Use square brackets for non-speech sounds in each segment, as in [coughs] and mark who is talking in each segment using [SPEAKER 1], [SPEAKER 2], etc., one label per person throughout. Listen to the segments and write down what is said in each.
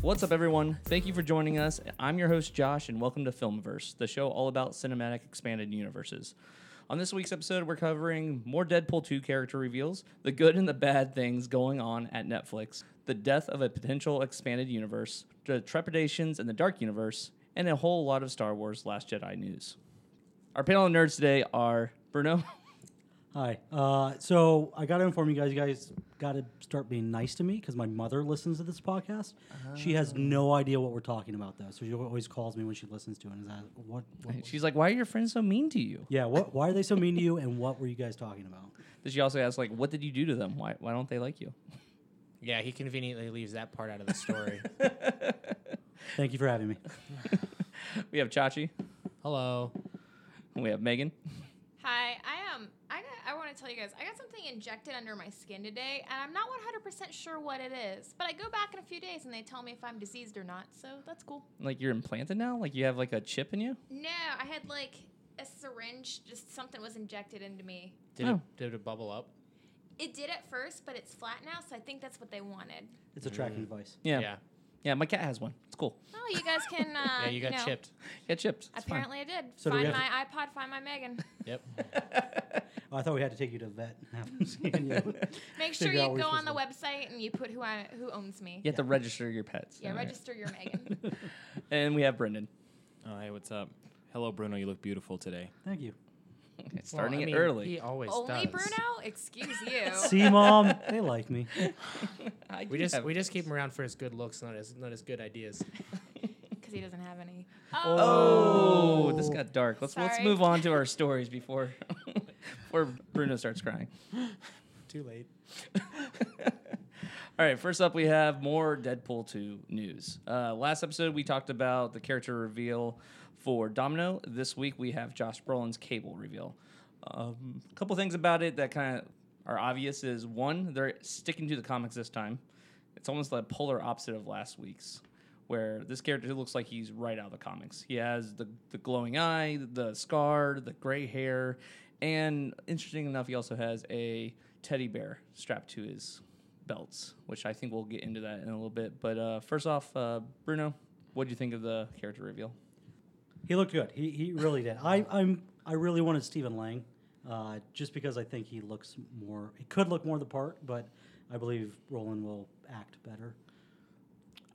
[SPEAKER 1] What's up, everyone? Thank you for joining us. I'm your host, Josh, and welcome to Filmverse, the show all about cinematic expanded universes. On this week's episode, we're covering more Deadpool 2 character reveals, the good and the bad things going on at Netflix, the death of a potential expanded universe, the trepidations in the dark universe, and a whole lot of Star Wars Last Jedi news. Our panel of nerds today are Bruno. [laughs]
[SPEAKER 2] Hi. Uh, so I got to inform you guys. You guys got to start being nice to me because my mother listens to this podcast. She has no idea what we're talking about though, so she always calls me when she listens to it. And is that what? what
[SPEAKER 1] She's like, Why are your friends so mean to you?
[SPEAKER 2] yeah. What? Why are they so mean to you? And what were you guys talking about?
[SPEAKER 1] Then she also asks, like, What did you do to them? Why, why don't they like you?
[SPEAKER 3] Yeah, he conveniently leaves that part out of the
[SPEAKER 4] [laughs]
[SPEAKER 3] story.
[SPEAKER 1] [laughs]
[SPEAKER 2] Thank you for having me.
[SPEAKER 1] We have Chachi,
[SPEAKER 3] Hello.
[SPEAKER 1] and we have Megan.
[SPEAKER 5] Hi, I um, I got, I want to tell you guys, I got something injected under my skin today, and I'm not 100% sure what it is. But I go back in a few days, and they tell me if I'm diseased or not, so that's cool.
[SPEAKER 1] Like, you're implanted now? Like, you have like a chip in you?
[SPEAKER 5] No, I had like a syringe, just something was injected into me.
[SPEAKER 3] Did,
[SPEAKER 1] Oh.
[SPEAKER 3] it, did it bubble up?
[SPEAKER 5] It did at first, but it's flat now, so I think that's what they wanted.
[SPEAKER 2] It's a tracking device.
[SPEAKER 1] Yeah. Yeah, my cat has one. It's cool.
[SPEAKER 5] Oh, you guys [laughs] can. Uh,
[SPEAKER 3] Yeah, you got
[SPEAKER 5] know,
[SPEAKER 3] chipped.
[SPEAKER 1] Get chipped. It's fine.
[SPEAKER 5] Apparently, I did.
[SPEAKER 2] So do we
[SPEAKER 5] find
[SPEAKER 2] have
[SPEAKER 5] my iPod, find
[SPEAKER 2] [laughs]
[SPEAKER 5] my Megan.
[SPEAKER 3] Yep.
[SPEAKER 2] Oh, I thought we had to take you to vet. [laughs] and have
[SPEAKER 1] [laughs]
[SPEAKER 2] them scan you.
[SPEAKER 5] Make sure
[SPEAKER 2] Figure out
[SPEAKER 5] you
[SPEAKER 2] what
[SPEAKER 5] go
[SPEAKER 2] you're
[SPEAKER 5] on the
[SPEAKER 2] supposed
[SPEAKER 5] website and you put who I, who owns me.
[SPEAKER 1] You have to register your pets.
[SPEAKER 5] Yeah,
[SPEAKER 1] All right.
[SPEAKER 5] register your
[SPEAKER 2] [laughs]
[SPEAKER 5] Megan.
[SPEAKER 1] [laughs] And we have Brendan.
[SPEAKER 4] [laughs] Oh, hey, what's up? Hello, Bruno. You look beautiful today.
[SPEAKER 2] Thank you.
[SPEAKER 1] starting
[SPEAKER 3] Well, I
[SPEAKER 1] it
[SPEAKER 3] mean,
[SPEAKER 1] early.
[SPEAKER 3] He always
[SPEAKER 5] Only
[SPEAKER 3] does.
[SPEAKER 5] Bruno? Excuse you.
[SPEAKER 2] [laughs] See, mom, they like me.
[SPEAKER 1] I
[SPEAKER 3] We
[SPEAKER 1] do
[SPEAKER 3] just
[SPEAKER 1] have-
[SPEAKER 3] we just keep him around for his good looks, not his not his good
[SPEAKER 5] [laughs]
[SPEAKER 3] ideas.
[SPEAKER 5] Because he doesn't have any.
[SPEAKER 1] Oh, this got dark. Let's let's
[SPEAKER 5] Sorry.
[SPEAKER 1] move on to our stories before [laughs] before Bruno starts crying.
[SPEAKER 3] Too late.
[SPEAKER 1] All right, first up, we have more Deadpool 2 news. Uh, last episode, we talked about the character reveal for Domino. This week, we have Josh Brolin's cable reveal. Um, a couple things about it that kind of are obvious is one, they're sticking to the comics this time. It's almost the polar opposite of last week's, where this character looks like he's right out of the comics. He has the, the glowing eye, the scar, the gray hair, and interesting enough, he also has a teddy bear strapped to his belts, which I think we'll get into that in a little bit. But uh, first off, uh, Bruno, what do you think of the character reveal?
[SPEAKER 2] He looked good. He, he really did. I I'm I really wanted Stephen Lang, uh, just because I think he looks more. He could look more the part, but I believe Roland will act better.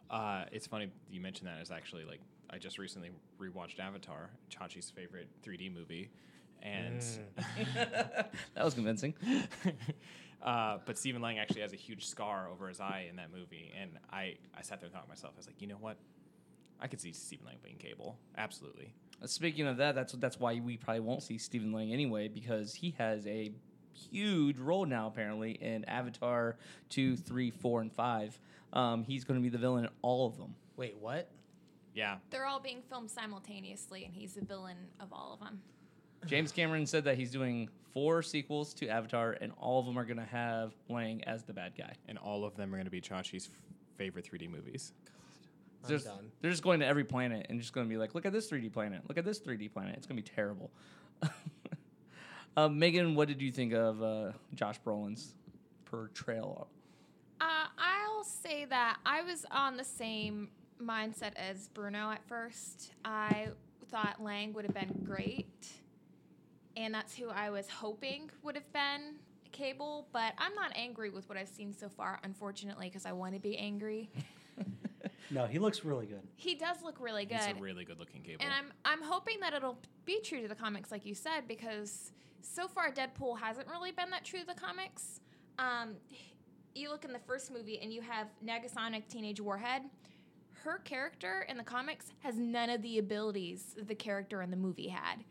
[SPEAKER 4] Uh, it's funny you mentioned that. Is actually like I just recently rewatched Avatar, Chachi's favorite 3D movie, and
[SPEAKER 1] That was convincing.
[SPEAKER 4] [laughs] uh, but Stephen Lang actually has a huge scar over his eye in that movie, and I I sat there and thought to myself, I was like, you know what, I could see Stephen Lang being Cable, absolutely.
[SPEAKER 1] [laughs] Speaking of that, that's that's why we probably won't see Stephen Lang anyway because he has a huge role now apparently in Avatar two, three, four, and five. Um, he's going to be the villain in all of them.
[SPEAKER 3] Wait, what?
[SPEAKER 4] Yeah,
[SPEAKER 5] They're all being filmed simultaneously, and he's the villain of all of them.
[SPEAKER 1] James Cameron said that he's doing four sequels to Avatar, and all of them are going to have Lang as the bad guy.
[SPEAKER 4] and all of them are going to be Chachi's f- favorite 3D movies.
[SPEAKER 3] I'm
[SPEAKER 1] There's-
[SPEAKER 3] done.
[SPEAKER 1] They're just going to every planet and just going to be like, look at this 3D planet. Look at this 3D planet. It's going to be terrible. [laughs] uh, Megan, what did you think of uh, Josh Brolin's portrayal?
[SPEAKER 5] Uh, I'll say that I was on the same mindset as Bruno at first. I thought Lang would have been great, and that's who I was hoping would have been Cable, but I'm not angry with what I've seen so far, unfortunately, because I want to be angry.
[SPEAKER 2] No, he looks really good.
[SPEAKER 5] He does look really good.
[SPEAKER 4] He's a really good looking Cable.
[SPEAKER 5] And I'm I'm hoping that it'll be true to the comics, like you said, because so far Deadpool hasn't really been that true to the comics. Um, you look in the first movie and you have Negasonic Teenage Warhead. Her character in the comics has none of the abilities that the character in the movie had.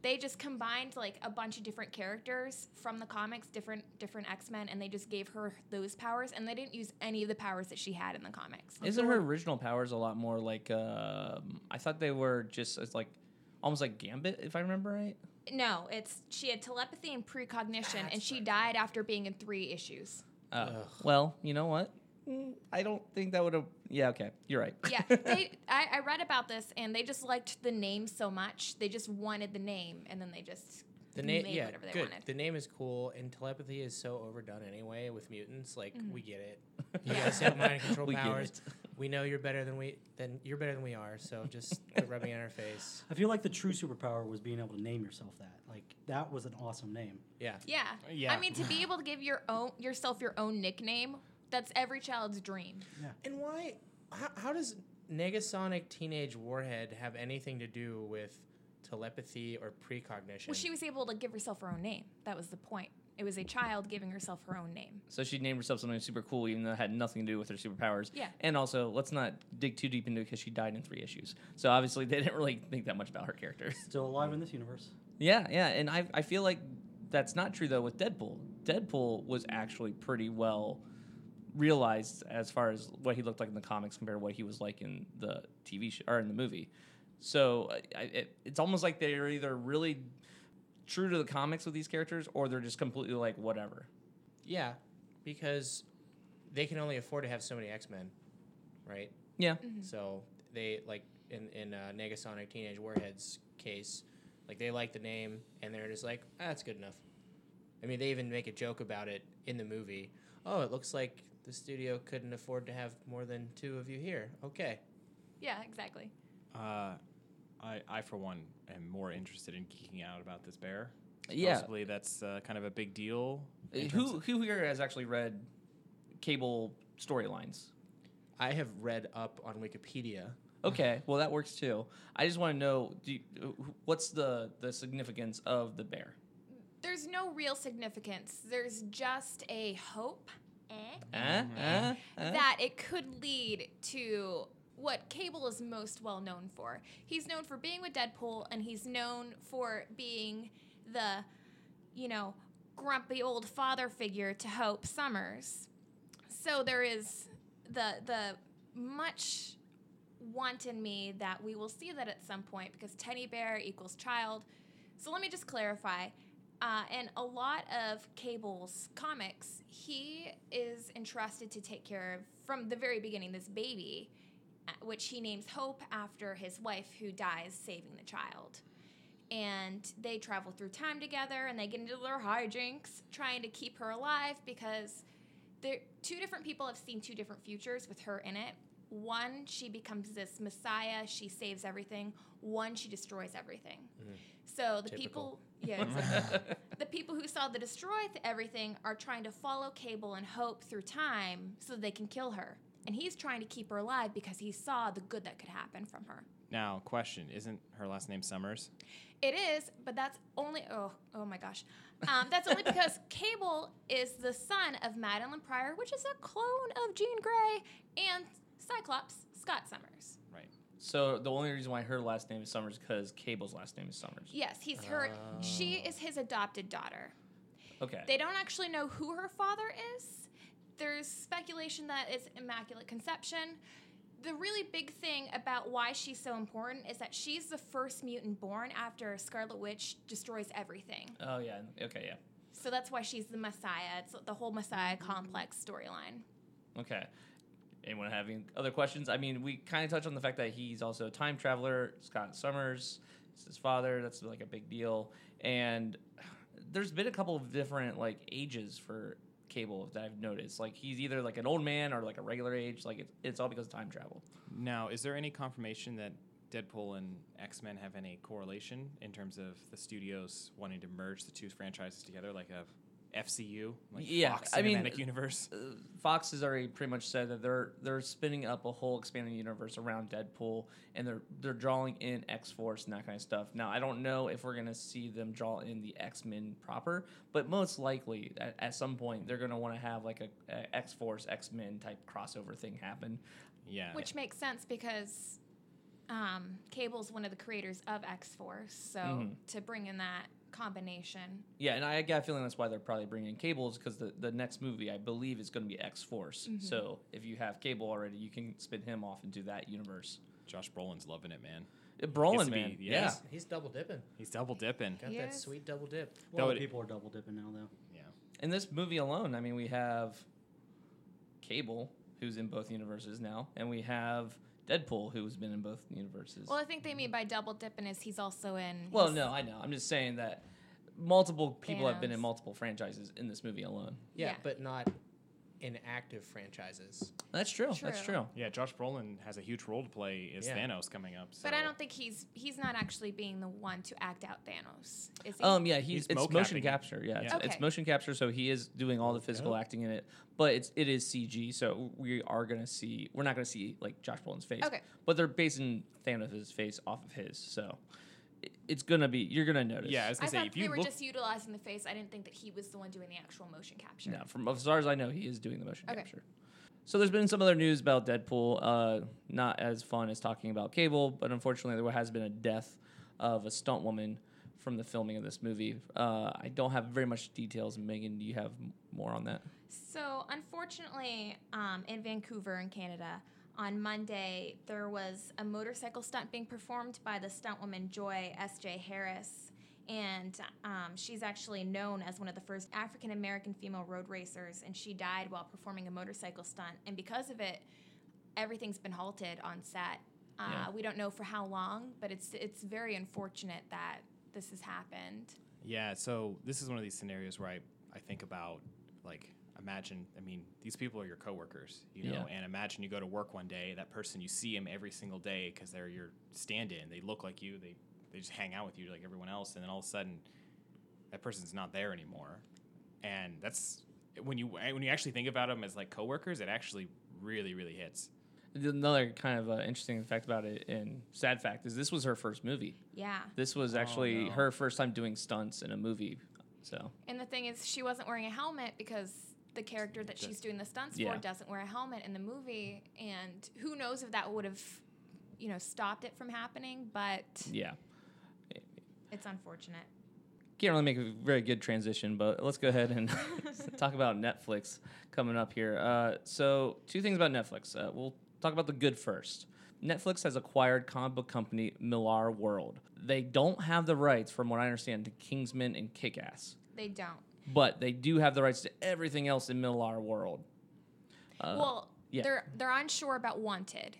[SPEAKER 5] They just combined like a bunch of different characters from the comics, different different X Men, and they just gave her those powers, and they didn't use any of the powers that she had in the comics.
[SPEAKER 1] Isn't her original powers a lot more like, um I thought they were just it's like almost like Gambit, if I remember right?
[SPEAKER 5] No, it's she had telepathy and precognition, and she died after being in
[SPEAKER 3] [laughs]
[SPEAKER 5] three issues.
[SPEAKER 1] Uh, well, you know what? Mm, I don't think that would have. Yeah, okay. You're right. [laughs]
[SPEAKER 5] Yeah, they, I, I read about this, and they just liked the name so much, they just wanted the name, and then they just
[SPEAKER 3] The name,
[SPEAKER 5] made
[SPEAKER 3] yeah,
[SPEAKER 5] whatever they
[SPEAKER 3] good.
[SPEAKER 5] wanted.
[SPEAKER 3] The name is cool, and telepathy is so overdone anyway with mutants. Like
[SPEAKER 5] Mm-hmm.
[SPEAKER 3] we get it. You guys have
[SPEAKER 5] [laughs]
[SPEAKER 3] mind control
[SPEAKER 1] We get
[SPEAKER 3] powers.
[SPEAKER 1] it.
[SPEAKER 3] We know you're better than we than you're better than we are. So
[SPEAKER 5] [laughs]
[SPEAKER 3] just quit rubbing it in our face.
[SPEAKER 2] I feel like the true superpower was being able to name yourself that. Like that was an awesome name.
[SPEAKER 3] Yeah.
[SPEAKER 5] Yeah.
[SPEAKER 4] Yeah.
[SPEAKER 5] I mean, to be able to give your own yourself your own nickname, that's every child's dream.
[SPEAKER 3] And why? How, how does Negasonic Teenage Warhead have anything to do with telepathy or precognition?
[SPEAKER 5] Well, she was able to give herself her own name. That was the point. It was a child giving herself her own name.
[SPEAKER 1] So she named herself something super cool, even though it had nothing to do with her superpowers.
[SPEAKER 5] Yeah.
[SPEAKER 1] And also, let's not dig too deep into it because she died in three issues. So obviously, [laughs] they didn't really think that much about her character. [laughs]
[SPEAKER 2] Still alive in this universe.
[SPEAKER 1] yeah, yeah. And I, I feel like that's not true, though, with Deadpool. Deadpool was actually pretty well realized as far as what he looked like in the comics compared to what he was like in the TV show or in the movie. So I- I, it, it's almost like they're either really true to the comics with these characters or they're just completely like, whatever.
[SPEAKER 3] yeah, because they can only afford to have so many X Men, right?
[SPEAKER 1] Yeah.
[SPEAKER 3] Mm-hmm.
[SPEAKER 5] Mm-hmm.
[SPEAKER 3] So they like in in uh, Negasonic Teenage Warhead's case, like they like the name and they're just like, ah, that's good enough. I mean, they even make a joke about it in the movie. Oh, it looks like the studio couldn't afford to have more than two of you here. Okay.
[SPEAKER 5] Yeah, exactly.
[SPEAKER 4] Uh, I, I for one am more interested in geeking out about this bear.
[SPEAKER 1] Yeah.
[SPEAKER 4] Possibly that's uh, kind of a big deal.
[SPEAKER 1] Uh,
[SPEAKER 4] in terms
[SPEAKER 1] Who who here has actually read cable storylines?
[SPEAKER 3] I have read up on Wikipedia.
[SPEAKER 4] [laughs]
[SPEAKER 1] Okay, well that works too. I just want to know do you, uh, wh- what's the the significance of the bear?
[SPEAKER 5] There's no real significance. There's just a hope eh,
[SPEAKER 1] Eh? Eh?
[SPEAKER 4] Mm-hmm.
[SPEAKER 1] Eh?
[SPEAKER 5] that it could lead to what Cable is most well known for. He's known for being with Deadpool, and he's known for being the, you know, grumpy old father figure to Hope Summers. So there is the the much want in me that we will see that at some point because teddy bear equals child. So let me just clarify. Uh, in a lot of Cable's comics, he is entrusted to take care of, from the very beginning, this baby, uh, which he names Hope after his wife who dies saving the child. And they travel through time together and they get into their hijinks trying to keep her alive because there two different people have seen two different futures with her in it. One, she becomes this messiah, she saves everything. One, she destroys everything. So the
[SPEAKER 3] Typical.
[SPEAKER 5] people, yeah, exactly. the people who saw the destroy th- everything are trying to follow Cable and Hope through time so they can kill her. And he's trying to keep her alive because he saw the good that could happen from her.
[SPEAKER 4] of- now, question: Isn't her last name Summers?
[SPEAKER 5] It is, but that's only oh oh my gosh, um, that's only because Cable is the son of Madeline Pryor, which is a clone of Jean Grey, and Cyclops Scott Summers.
[SPEAKER 4] Right.
[SPEAKER 1] [laughs] So the only reason why her last name is Summers because Cable's last name is Summers.
[SPEAKER 5] Yes, he's her. She is his adopted daughter.
[SPEAKER 1] Okay.
[SPEAKER 5] They don't actually know who her father is. There's speculation that it's Immaculate Conception. The really big thing about why she's so important is that she's the first mutant born after Scarlet Witch destroys everything.
[SPEAKER 1] oh yeah. Okay. Yeah.
[SPEAKER 5] So that's why she's the Messiah. It's the whole Messiah complex storyline.
[SPEAKER 1] Okay. Anyone having other questions? I mean, we kind of touched on the fact that he's also a time traveler. Scott Summers, it's his father. That's like a big deal. And there's been a couple of different like ages for Cable that I've noticed. Like he's either like an old man or like a regular age. Like it's, it's all because of time travel.
[SPEAKER 4] Now, is there any confirmation that Deadpool and X Men have any correlation in terms of the studios wanting to merge the two franchises together, like a FCU, like
[SPEAKER 1] Yeah,
[SPEAKER 4] Fox
[SPEAKER 1] I mean-
[SPEAKER 4] Cinematic Universe?
[SPEAKER 1] Uh, Fox has already pretty much said that they're they're spinning up a whole expanded universe around Deadpool, and they're they're drawing in X Force and that kind of stuff. Now, I don't know if we're gonna see them draw in the X Men proper, but most likely at, at some point they're gonna want to have like a, a X Force X Men type crossover thing happen.
[SPEAKER 4] Yeah.
[SPEAKER 5] Which makes sense because um, Cable's one of the creators of X Force. So to bring in that combination.
[SPEAKER 1] Yeah, and I got a feeling that's why they're probably bringing in Cables because the, the next movie I believe is gonna be X Force. So if you have Cable already, you can spin him off into that universe.
[SPEAKER 4] Josh Brolin's loving it, man.
[SPEAKER 1] Uh, Brolin,
[SPEAKER 4] to be-
[SPEAKER 1] man,
[SPEAKER 4] yeah.
[SPEAKER 1] yeah.
[SPEAKER 3] He's, he's double dipping.
[SPEAKER 4] He's double dipping.
[SPEAKER 3] Got that
[SPEAKER 5] Yes.
[SPEAKER 3] sweet double dip.
[SPEAKER 2] A lot
[SPEAKER 4] That
[SPEAKER 2] of
[SPEAKER 4] would-
[SPEAKER 2] people are double dipping now though.
[SPEAKER 4] Yeah.
[SPEAKER 1] in this movie alone, I mean, we have Cable, who's in both universes now, and we have Deadpool, who's been in both universes.
[SPEAKER 5] Well, I think they mean by double dipping is he's also in.
[SPEAKER 1] Well,
[SPEAKER 5] he's-
[SPEAKER 1] no, I know. I'm just saying that multiple people have been in
[SPEAKER 5] Thanos.
[SPEAKER 1] multiple franchises in this movie alone.
[SPEAKER 3] Yeah,
[SPEAKER 5] Yeah.
[SPEAKER 3] but not in active franchises.
[SPEAKER 1] That's true. That's
[SPEAKER 5] True.
[SPEAKER 1] true.
[SPEAKER 4] Yeah, Josh Brolin has a huge role to play as
[SPEAKER 3] Yeah.
[SPEAKER 4] Thanos coming up. So.
[SPEAKER 5] But I don't think he's he's not actually being the one to act out Thanos. Is he?
[SPEAKER 1] Um, yeah, he's,
[SPEAKER 4] He's
[SPEAKER 1] it's
[SPEAKER 4] mocapping
[SPEAKER 1] motion
[SPEAKER 4] it.
[SPEAKER 1] capture. Yeah, It's,
[SPEAKER 5] Yeah.
[SPEAKER 1] it's
[SPEAKER 5] Okay.
[SPEAKER 1] motion capture, so he is doing all the physical
[SPEAKER 2] Yeah.
[SPEAKER 1] acting in it, but it's it is CG, so we are gonna see we're not gonna see like Josh Brolin's face.
[SPEAKER 5] Okay.
[SPEAKER 1] But they're basing Thanos' face off of his, so it, it's gonna be you're gonna notice.
[SPEAKER 4] Yeah, I
[SPEAKER 5] I
[SPEAKER 4] was gonna say
[SPEAKER 5] thought
[SPEAKER 4] if
[SPEAKER 5] they
[SPEAKER 4] you
[SPEAKER 5] were
[SPEAKER 4] look,
[SPEAKER 5] just utilizing the face. I didn't think that he was the one doing the actual motion capture.
[SPEAKER 1] No, from as far as I know, he is doing the motion
[SPEAKER 5] Okay.
[SPEAKER 1] capture. So there's been some other news about Deadpool. Uh, not as fun as talking about Cable, but unfortunately there has been a death of a stunt woman from the filming of this movie. Uh, I don't have very much details. Megan, do you have m- more on that?
[SPEAKER 5] So, unfortunately, um, in Vancouver, in Canada, on Monday, there was a motorcycle stunt being performed by the stuntwoman Joy S.J. Harris. And um, she's actually known as one of the first African American female road racers, and she died while performing a motorcycle stunt. And because of it, everything's been halted on set. Uh,
[SPEAKER 1] Yeah.
[SPEAKER 5] We don't know for how long, but it's it's very unfortunate that this has happened.
[SPEAKER 4] yeah. So this is one of these scenarios where I, I think about like imagine. I mean, these people are your coworkers, you know.
[SPEAKER 1] Yeah.
[SPEAKER 4] And imagine you go to work one day, that person you see him every single day because they're your stand-in. They look like you. They they just hang out with you like everyone else, and then all of a sudden, that person's not there anymore. And that's when you when you actually think about them as like coworkers, it actually really really hits.
[SPEAKER 1] Another kind of uh, interesting fact about it and sad fact is this was her first movie.
[SPEAKER 5] Yeah.
[SPEAKER 1] This was actually
[SPEAKER 4] no.
[SPEAKER 1] her first time doing stunts in a movie. So
[SPEAKER 5] And the thing is, she wasn't wearing a helmet because the character that she's doing the stunts
[SPEAKER 1] Yeah.
[SPEAKER 5] for doesn't wear a helmet in the movie. And who knows if that would have, you know, stopped it from happening, but
[SPEAKER 1] yeah,
[SPEAKER 5] it's unfortunate.
[SPEAKER 1] can't really make a very good transition, but let's go ahead and [laughs] talk about Netflix coming up here. Uh, so, two things about Netflix. Uh, we'll talk about the good first. Netflix has acquired comic book company Millar World. They don't have the rights, from what I understand, to Kingsman and Kick Ass,
[SPEAKER 5] They don't.
[SPEAKER 1] but they do have the rights to everything else in Millar World.
[SPEAKER 5] well,
[SPEAKER 1] Uh, yeah.
[SPEAKER 5] they're they're unsure about Wanted.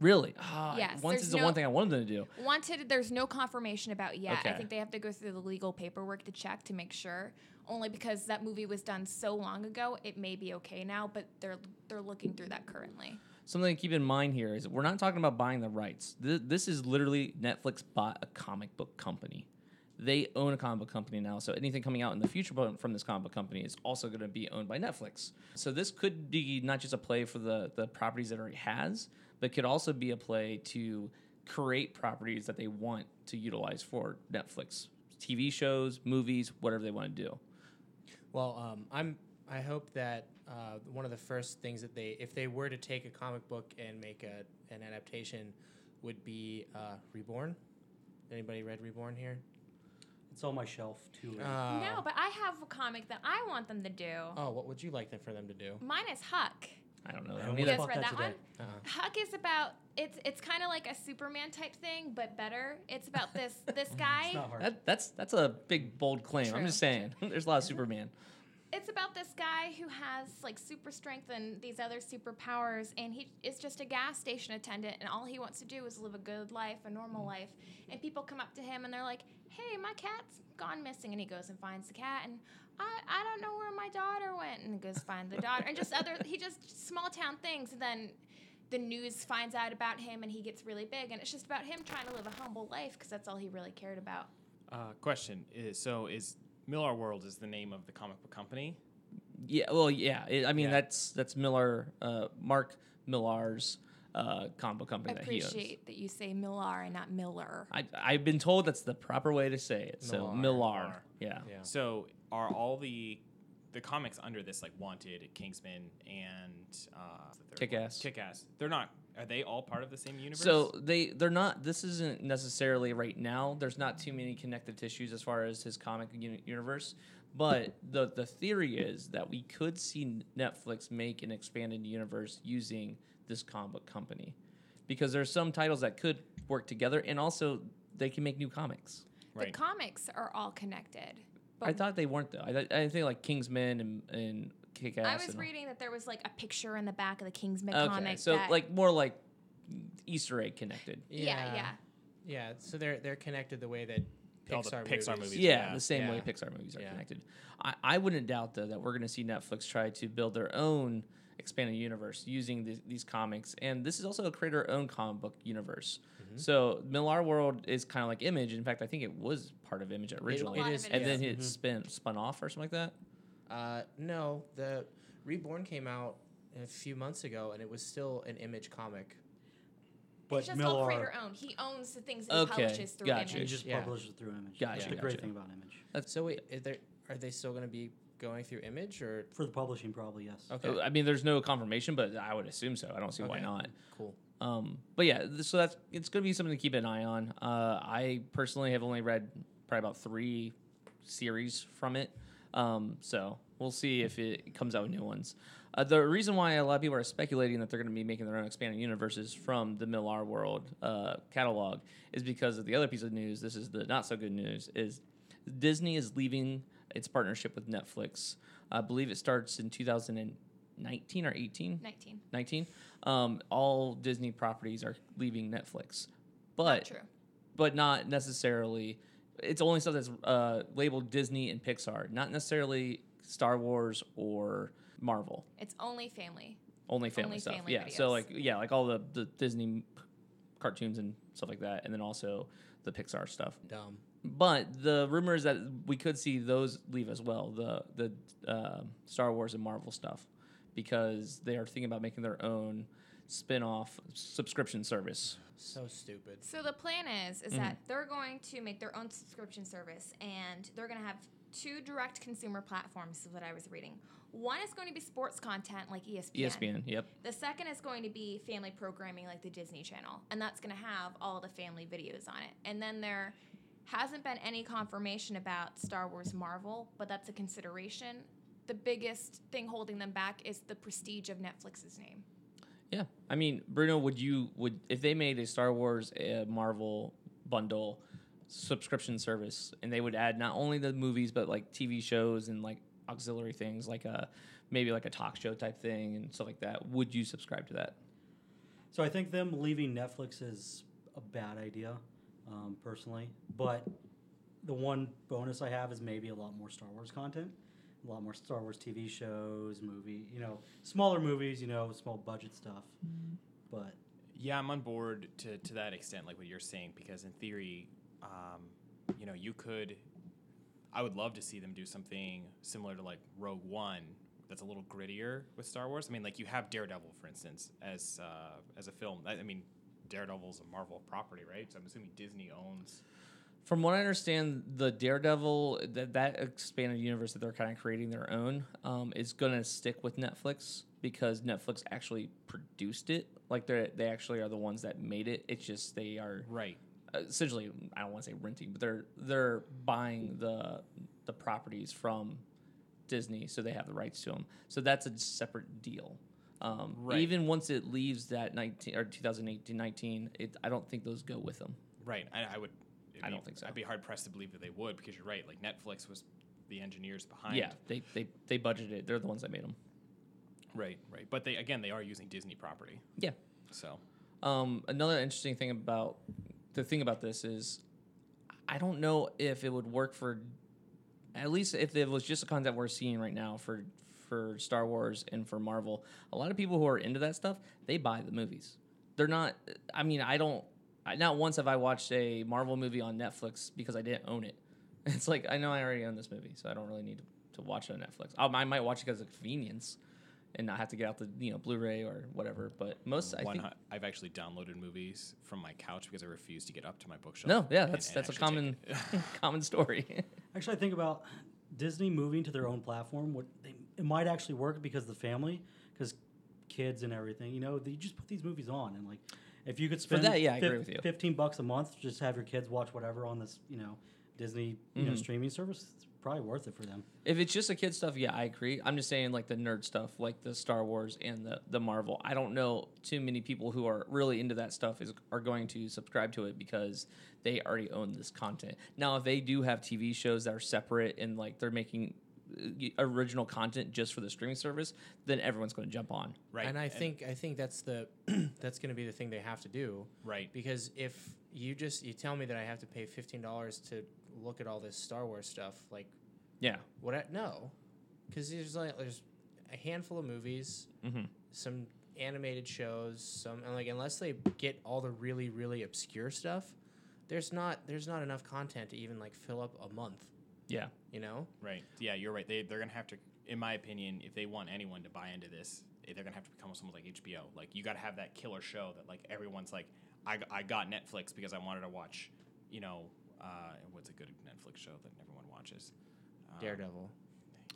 [SPEAKER 1] Really? Ah,
[SPEAKER 5] Yes,
[SPEAKER 1] once
[SPEAKER 5] there's
[SPEAKER 1] is the
[SPEAKER 5] no-
[SPEAKER 1] one thing I wanted them to do.
[SPEAKER 5] Wanted, there's no confirmation about yet. I
[SPEAKER 1] Okay.
[SPEAKER 5] think they have to go through the legal paperwork to check to make sure. Only because that movie was done so long ago, it may be okay now, but they're they're looking through that currently.
[SPEAKER 1] something to keep in mind here is we're not talking about buying the rights. Th- this is literally Netflix bought a comic book company. They own a comic book company now, so anything coming out in the future bu- from this comic book company is also going to be owned by Netflix. So this could be not just a play for the the properties that it already has, but could also be a play to create properties that they want to utilize for Netflix TV shows, movies, whatever they want to do.
[SPEAKER 3] Well, um, I'm. I hope that uh, one of the first things that they, if they were to take a comic book and make a an adaptation, would be uh, Reborn. Anybody read Reborn here?
[SPEAKER 2] It's on my shelf too.
[SPEAKER 3] Uh,
[SPEAKER 5] no, but I have a comic that I want them to do.
[SPEAKER 3] Oh, what would you like them for them to do?
[SPEAKER 5] Mine is Huck.
[SPEAKER 1] I don't know.
[SPEAKER 2] I
[SPEAKER 1] that
[SPEAKER 2] don't
[SPEAKER 1] one
[SPEAKER 5] You
[SPEAKER 2] wanna
[SPEAKER 1] either.
[SPEAKER 5] guys
[SPEAKER 2] fuck
[SPEAKER 5] read
[SPEAKER 2] that
[SPEAKER 5] that,
[SPEAKER 2] today.
[SPEAKER 5] one? Huck is about it's it's kind of like a Superman type thing, but better. It's about this this
[SPEAKER 2] [laughs]
[SPEAKER 5] guy.
[SPEAKER 2] it's not hard.
[SPEAKER 1] That, that's that's a big bold claim. I'm
[SPEAKER 5] True.
[SPEAKER 1] just saying. [laughs] There's a lot of Superman.
[SPEAKER 5] it's about this guy who has like super strength and these other superpowers and he is just a gas station attendant and all he wants to do is live a good life a
[SPEAKER 1] Mm.
[SPEAKER 5] normal life and people come up to him and they're like hey my cat's gone missing and he goes and finds the cat and i, I don't know where my daughter went and he goes find the daughter and just other he just small town things and then the news finds out about him and he gets really big and it's just about him trying to live a humble life because that's all he really cared about
[SPEAKER 4] Uh, question is so is Millar World is the name of the comic book company?
[SPEAKER 1] Yeah, well, yeah. It, I mean,
[SPEAKER 4] Yeah.
[SPEAKER 1] that's that's Miller, uh, Mark Millar's uh, combo company
[SPEAKER 5] I
[SPEAKER 1] that he owns.
[SPEAKER 5] appreciate that you say millar and not miller
[SPEAKER 1] I, I've been told that's the proper way to say it. So
[SPEAKER 3] Millar.
[SPEAKER 1] Millar, yeah.
[SPEAKER 3] Yeah.
[SPEAKER 4] So are all the the comics under this like Wanted, Kingsman, and uh,
[SPEAKER 1] Kick-Ass.
[SPEAKER 4] Kick Ass. They're not. Are they all part of the same universe?
[SPEAKER 1] So they they're not. This isn't necessarily right now. There's not too many connective tissues as far as his comic uni- universe. But the the theory is that we could see Netflix make an expanded universe using this comic book company, because there's some titles that could work together, and also they can make new comics.
[SPEAKER 5] The
[SPEAKER 4] right.
[SPEAKER 5] comics are all connected.
[SPEAKER 1] I thought they weren't though. I, th- I think like Kingsman and and Kick Ass.
[SPEAKER 5] I was reading that there was like a picture in the back of the Kingsman
[SPEAKER 1] Okay,
[SPEAKER 5] comic.
[SPEAKER 1] so
[SPEAKER 5] that-
[SPEAKER 1] like more like Easter egg connected.
[SPEAKER 5] yeah, yeah,
[SPEAKER 3] Yeah. So they're they're connected the way that
[SPEAKER 4] all the
[SPEAKER 3] Pixar
[SPEAKER 4] Pixar
[SPEAKER 3] movies.
[SPEAKER 4] movies.
[SPEAKER 1] yeah, the same way
[SPEAKER 3] yeah.
[SPEAKER 1] Pixar movies are
[SPEAKER 3] Yeah.
[SPEAKER 1] connected. I, I wouldn't doubt though that we're going to see Netflix try to build their own expanded universe using these, these comics, and this is also a creator-owned comic book universe.
[SPEAKER 3] Mm-hmm.
[SPEAKER 1] So Millar World is kind of like Image. In fact, I think it was part of Image originally,
[SPEAKER 5] it
[SPEAKER 1] and
[SPEAKER 5] is,
[SPEAKER 1] then
[SPEAKER 5] yeah.
[SPEAKER 3] Mm-hmm.
[SPEAKER 1] it spin, spun off or something like that.
[SPEAKER 3] Uh, no, the Reborn came out a few months ago, and it was still an Image comic.
[SPEAKER 5] It's
[SPEAKER 2] But
[SPEAKER 5] just all creator
[SPEAKER 2] Millar
[SPEAKER 5] owned. He owns the things that he
[SPEAKER 1] Okay,
[SPEAKER 5] publishes through
[SPEAKER 1] gotcha.
[SPEAKER 2] he
[SPEAKER 5] Image.
[SPEAKER 2] just
[SPEAKER 3] Yeah.
[SPEAKER 2] publishes through Image.
[SPEAKER 1] Gotcha,
[SPEAKER 2] That's the great
[SPEAKER 1] gotcha.
[SPEAKER 2] thing about Image.
[SPEAKER 3] So wait, is there, are they still going to be going through Image or?
[SPEAKER 2] For the publishing, probably yes.
[SPEAKER 3] Okay,
[SPEAKER 1] Uh, I mean, there's no confirmation, but I would assume so. I don't see why
[SPEAKER 3] Okay.
[SPEAKER 1] not.
[SPEAKER 3] cool.
[SPEAKER 1] Um, but yeah, th- so that's it's going to be something to keep an eye on. Uh, I personally have only read probably about three series from it, um, so we'll see if it comes out with new ones. Uh, the reason why a lot of people are speculating that they're going to be making their own expanded universes from the Millar World uh, catalog is because of the other piece of news. This is the not so good news: is Disney is leaving its partnership with Netflix. I believe it starts in 2019 or 18.
[SPEAKER 5] 19.
[SPEAKER 1] 19 um, all disney properties are leaving netflix
[SPEAKER 5] Not
[SPEAKER 1] but
[SPEAKER 5] true.
[SPEAKER 1] but not necessarily it's only stuff that's uh, labeled disney and pixar not necessarily star wars or marvel
[SPEAKER 5] It's only family.
[SPEAKER 1] only family
[SPEAKER 5] Only
[SPEAKER 1] stuff
[SPEAKER 5] family
[SPEAKER 1] yeah so
[SPEAKER 5] videos.
[SPEAKER 1] like yeah like all the, the disney cartoons and stuff like that and then also the pixar stuff
[SPEAKER 3] Dumb.
[SPEAKER 1] but the rumor is that we could see those leave as well, the the uh, Star Wars and Marvel stuff, because they are thinking about making their own spin-off subscription service.
[SPEAKER 3] So stupid.
[SPEAKER 5] So the plan is is
[SPEAKER 1] Mm-hmm.
[SPEAKER 5] that they're going to make their own subscription service and they're going to have two direct consumer platforms is what I was reading. One is going to be sports content like E ESPN.
[SPEAKER 1] ESPN. Yep.
[SPEAKER 5] The second is going to be family programming like the Disney Channel, and that's going to have all the family videos on it. And then there hasn't been any confirmation about Star Wars Marvel, but that's a consideration. The biggest thing holding them back is the prestige of Netflix's name.
[SPEAKER 1] Yeah. I mean, Bruno, would you would if they made a Star Wars uh, Marvel bundle subscription service and they would add not only the movies but like TV shows and like auxiliary things like a maybe like a talk show type thing and stuff like that, would you subscribe to that?
[SPEAKER 2] So I think them leaving Netflix is a bad idea, um, personally. But the one bonus I have is maybe a lot more Star Wars content, a lot more Star Wars TV shows, movie, you know, smaller movies, you know, small budget stuff. But
[SPEAKER 4] Yeah, I'm on board to, to that extent, like what you're saying, because in theory, um, you know, you could. I would love to see them do something similar to like Rogue One, that's a little grittier with Star Wars. I mean, like you have Daredevil, for instance, as uh, as a film. I, I mean, Daredevil's a Marvel property, right? So I'm assuming Disney owns.
[SPEAKER 1] From what I understand, the Daredevil that that expanded universe that they're kind of creating their own um, is going to stick with Netflix because Netflix actually produced it. Like they they actually are the ones that made it. It's just they are
[SPEAKER 4] Right.
[SPEAKER 1] essentially I don't want to say renting, but they're they're buying the the properties from Disney, so they have the rights to them. So that's a separate deal. Um,
[SPEAKER 4] Right.
[SPEAKER 1] Even once it leaves that 19 or 2018 19, it, I don't think those go with them.
[SPEAKER 4] Right. I, I would. it'd
[SPEAKER 1] I
[SPEAKER 4] be-
[SPEAKER 1] don't think so.
[SPEAKER 4] I'd be hard pressed to believe that they would, because you're right. Like Netflix was the engineers behind.
[SPEAKER 1] Yeah, they, they they budgeted it. They're the ones that made them.
[SPEAKER 4] Right. Right. But they again, they are using Disney property.
[SPEAKER 1] Yeah.
[SPEAKER 4] So.
[SPEAKER 1] Um, another interesting thing about the thing about this is, I don't know if it would work for, at least if it was just the content we're seeing right now for for Star Wars and for Marvel. A lot of people who are into that stuff, they buy the movies. They're not. I mean, I don't. I, not once have I watched a Marvel movie on Netflix because I didn't own it. [laughs] It's like I know I already own this movie, so I don't really need to, to watch it on Netflix. I, I might watch it because of convenience, and not have to get out the you know Blu-ray or whatever. But most, I
[SPEAKER 4] One
[SPEAKER 1] think,
[SPEAKER 4] hu- I've actually downloaded movies from my couch because I refuse to get up to my bookshelf.
[SPEAKER 1] No, yeah,
[SPEAKER 4] and-
[SPEAKER 1] that's
[SPEAKER 4] and
[SPEAKER 1] that's a
[SPEAKER 4] actually
[SPEAKER 1] common
[SPEAKER 4] take it. [laughs]
[SPEAKER 1] [laughs] common story.
[SPEAKER 2] actually, I think about Disney moving to their own platform. What they, it might actually work because the family, because kids and everything, you know, they just put these movies on and like. If you could
[SPEAKER 1] For
[SPEAKER 2] spend
[SPEAKER 1] that, yeah, I agree with you.
[SPEAKER 2] fifteen bucks a month, just have your kids watch whatever on this, you know, Disney you know
[SPEAKER 1] Mhm.
[SPEAKER 2] streaming service. It's probably worth it for them.
[SPEAKER 1] [laughs] if it's just the kid stuff, yeah, I agree. I'm just saying like the nerd stuff, like the Star Wars and the the Marvel. I don't know too many people who are really into that stuff is are going to subscribe to it because they already own this content. Now, if they do have TV shows that are separate and like they're making uh, original content just for the streaming service, then everyone's going to jump on.
[SPEAKER 4] right.
[SPEAKER 3] And I think I think that's the [clears throat] that's going to be the thing they have to do
[SPEAKER 4] right.
[SPEAKER 3] because if you just you tell me that I have to pay fifteen dollars to look at all this Star Wars stuff. Like,
[SPEAKER 1] Yeah.
[SPEAKER 3] what? I, no, because there's like there's a handful of movies,
[SPEAKER 1] Mhm.
[SPEAKER 3] some animated shows, some and like unless they get all the really really obscure stuff, there's not there's not enough content to even like fill up a month.
[SPEAKER 1] Yeah.
[SPEAKER 3] You know,
[SPEAKER 4] Right. Yeah, you're right. They they're gonna have to, in my opinion, if they want anyone to buy into this, eh, they're gonna have to become someone like HBO. Like you got to have that killer show that like everyone's like, I, g- I got Netflix because I wanted to watch, you know, uh, what's a good Netflix show that everyone watches? Um,
[SPEAKER 3] Oh. Daredevil.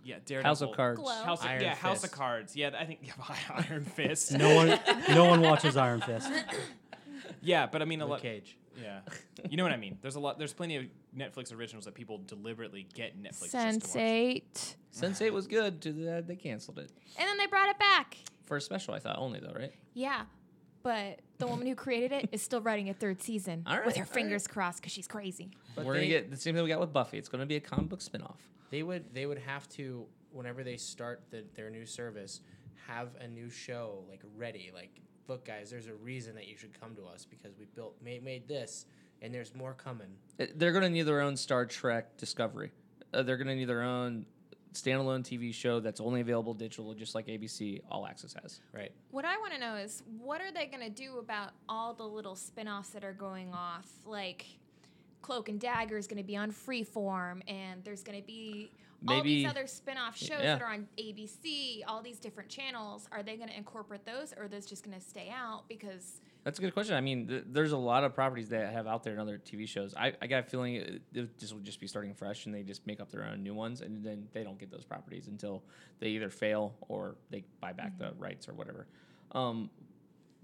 [SPEAKER 4] Yeah, Daredevil.
[SPEAKER 1] House of Cards.
[SPEAKER 5] Glow.
[SPEAKER 4] House of,
[SPEAKER 3] Iron
[SPEAKER 4] yeah, House of
[SPEAKER 3] Fist.
[SPEAKER 4] Cards. Yeah, I think [laughs] Iron Fist.
[SPEAKER 2] No one, no one watches Iron Fist.
[SPEAKER 4] [laughs] Yeah, but I mean a
[SPEAKER 3] Luke
[SPEAKER 4] lot.
[SPEAKER 3] Cage.
[SPEAKER 4] Yeah, you know what I mean. There's a lot. There's plenty of Netflix originals that people deliberately get Netflix. just
[SPEAKER 5] Sense
[SPEAKER 4] to watch.
[SPEAKER 5] eight.
[SPEAKER 1] Sense eight was good. To the, they canceled it
[SPEAKER 5] And then they brought it back.
[SPEAKER 1] for a special. I thought only though, right?
[SPEAKER 5] Yeah. But the woman who created it is still writing a third season
[SPEAKER 1] All right,
[SPEAKER 5] with her
[SPEAKER 1] all
[SPEAKER 5] fingers crossed because she's crazy.
[SPEAKER 3] But
[SPEAKER 1] We're
[SPEAKER 3] they-
[SPEAKER 1] gonna get the same thing we got with Buffy. It's gonna be a comic book spinoff.
[SPEAKER 3] They would they would have to whenever they start the, their new service, have a new show like ready. Like, look, guys, there's a reason that you should come to us because we built made, made this, and there's more coming.
[SPEAKER 1] Uh, They're gonna need their own Star Trek Discovery. Uh, they're gonna need their own standalone TV show that's only available digital, just like ABC All Access has.
[SPEAKER 3] Right.
[SPEAKER 5] What I want to know is what are they going to do about all the little spin-offs that are going off? Like Cloak and Dagger is going to be on Freeform and there's going to be all
[SPEAKER 1] Maybe-
[SPEAKER 5] these other spin-off shows
[SPEAKER 1] yeah.
[SPEAKER 5] that are on ABC, all these different channels. Are they going to incorporate those or are those just going to stay out because
[SPEAKER 1] That's a good question. I mean, th- there's a lot of properties that I have out there and other TV shows. I, I got a feeling it, it, this will just be starting fresh and they just make up their own new ones and then they don't get those properties until they either fail or they buy back the rights or whatever. Um,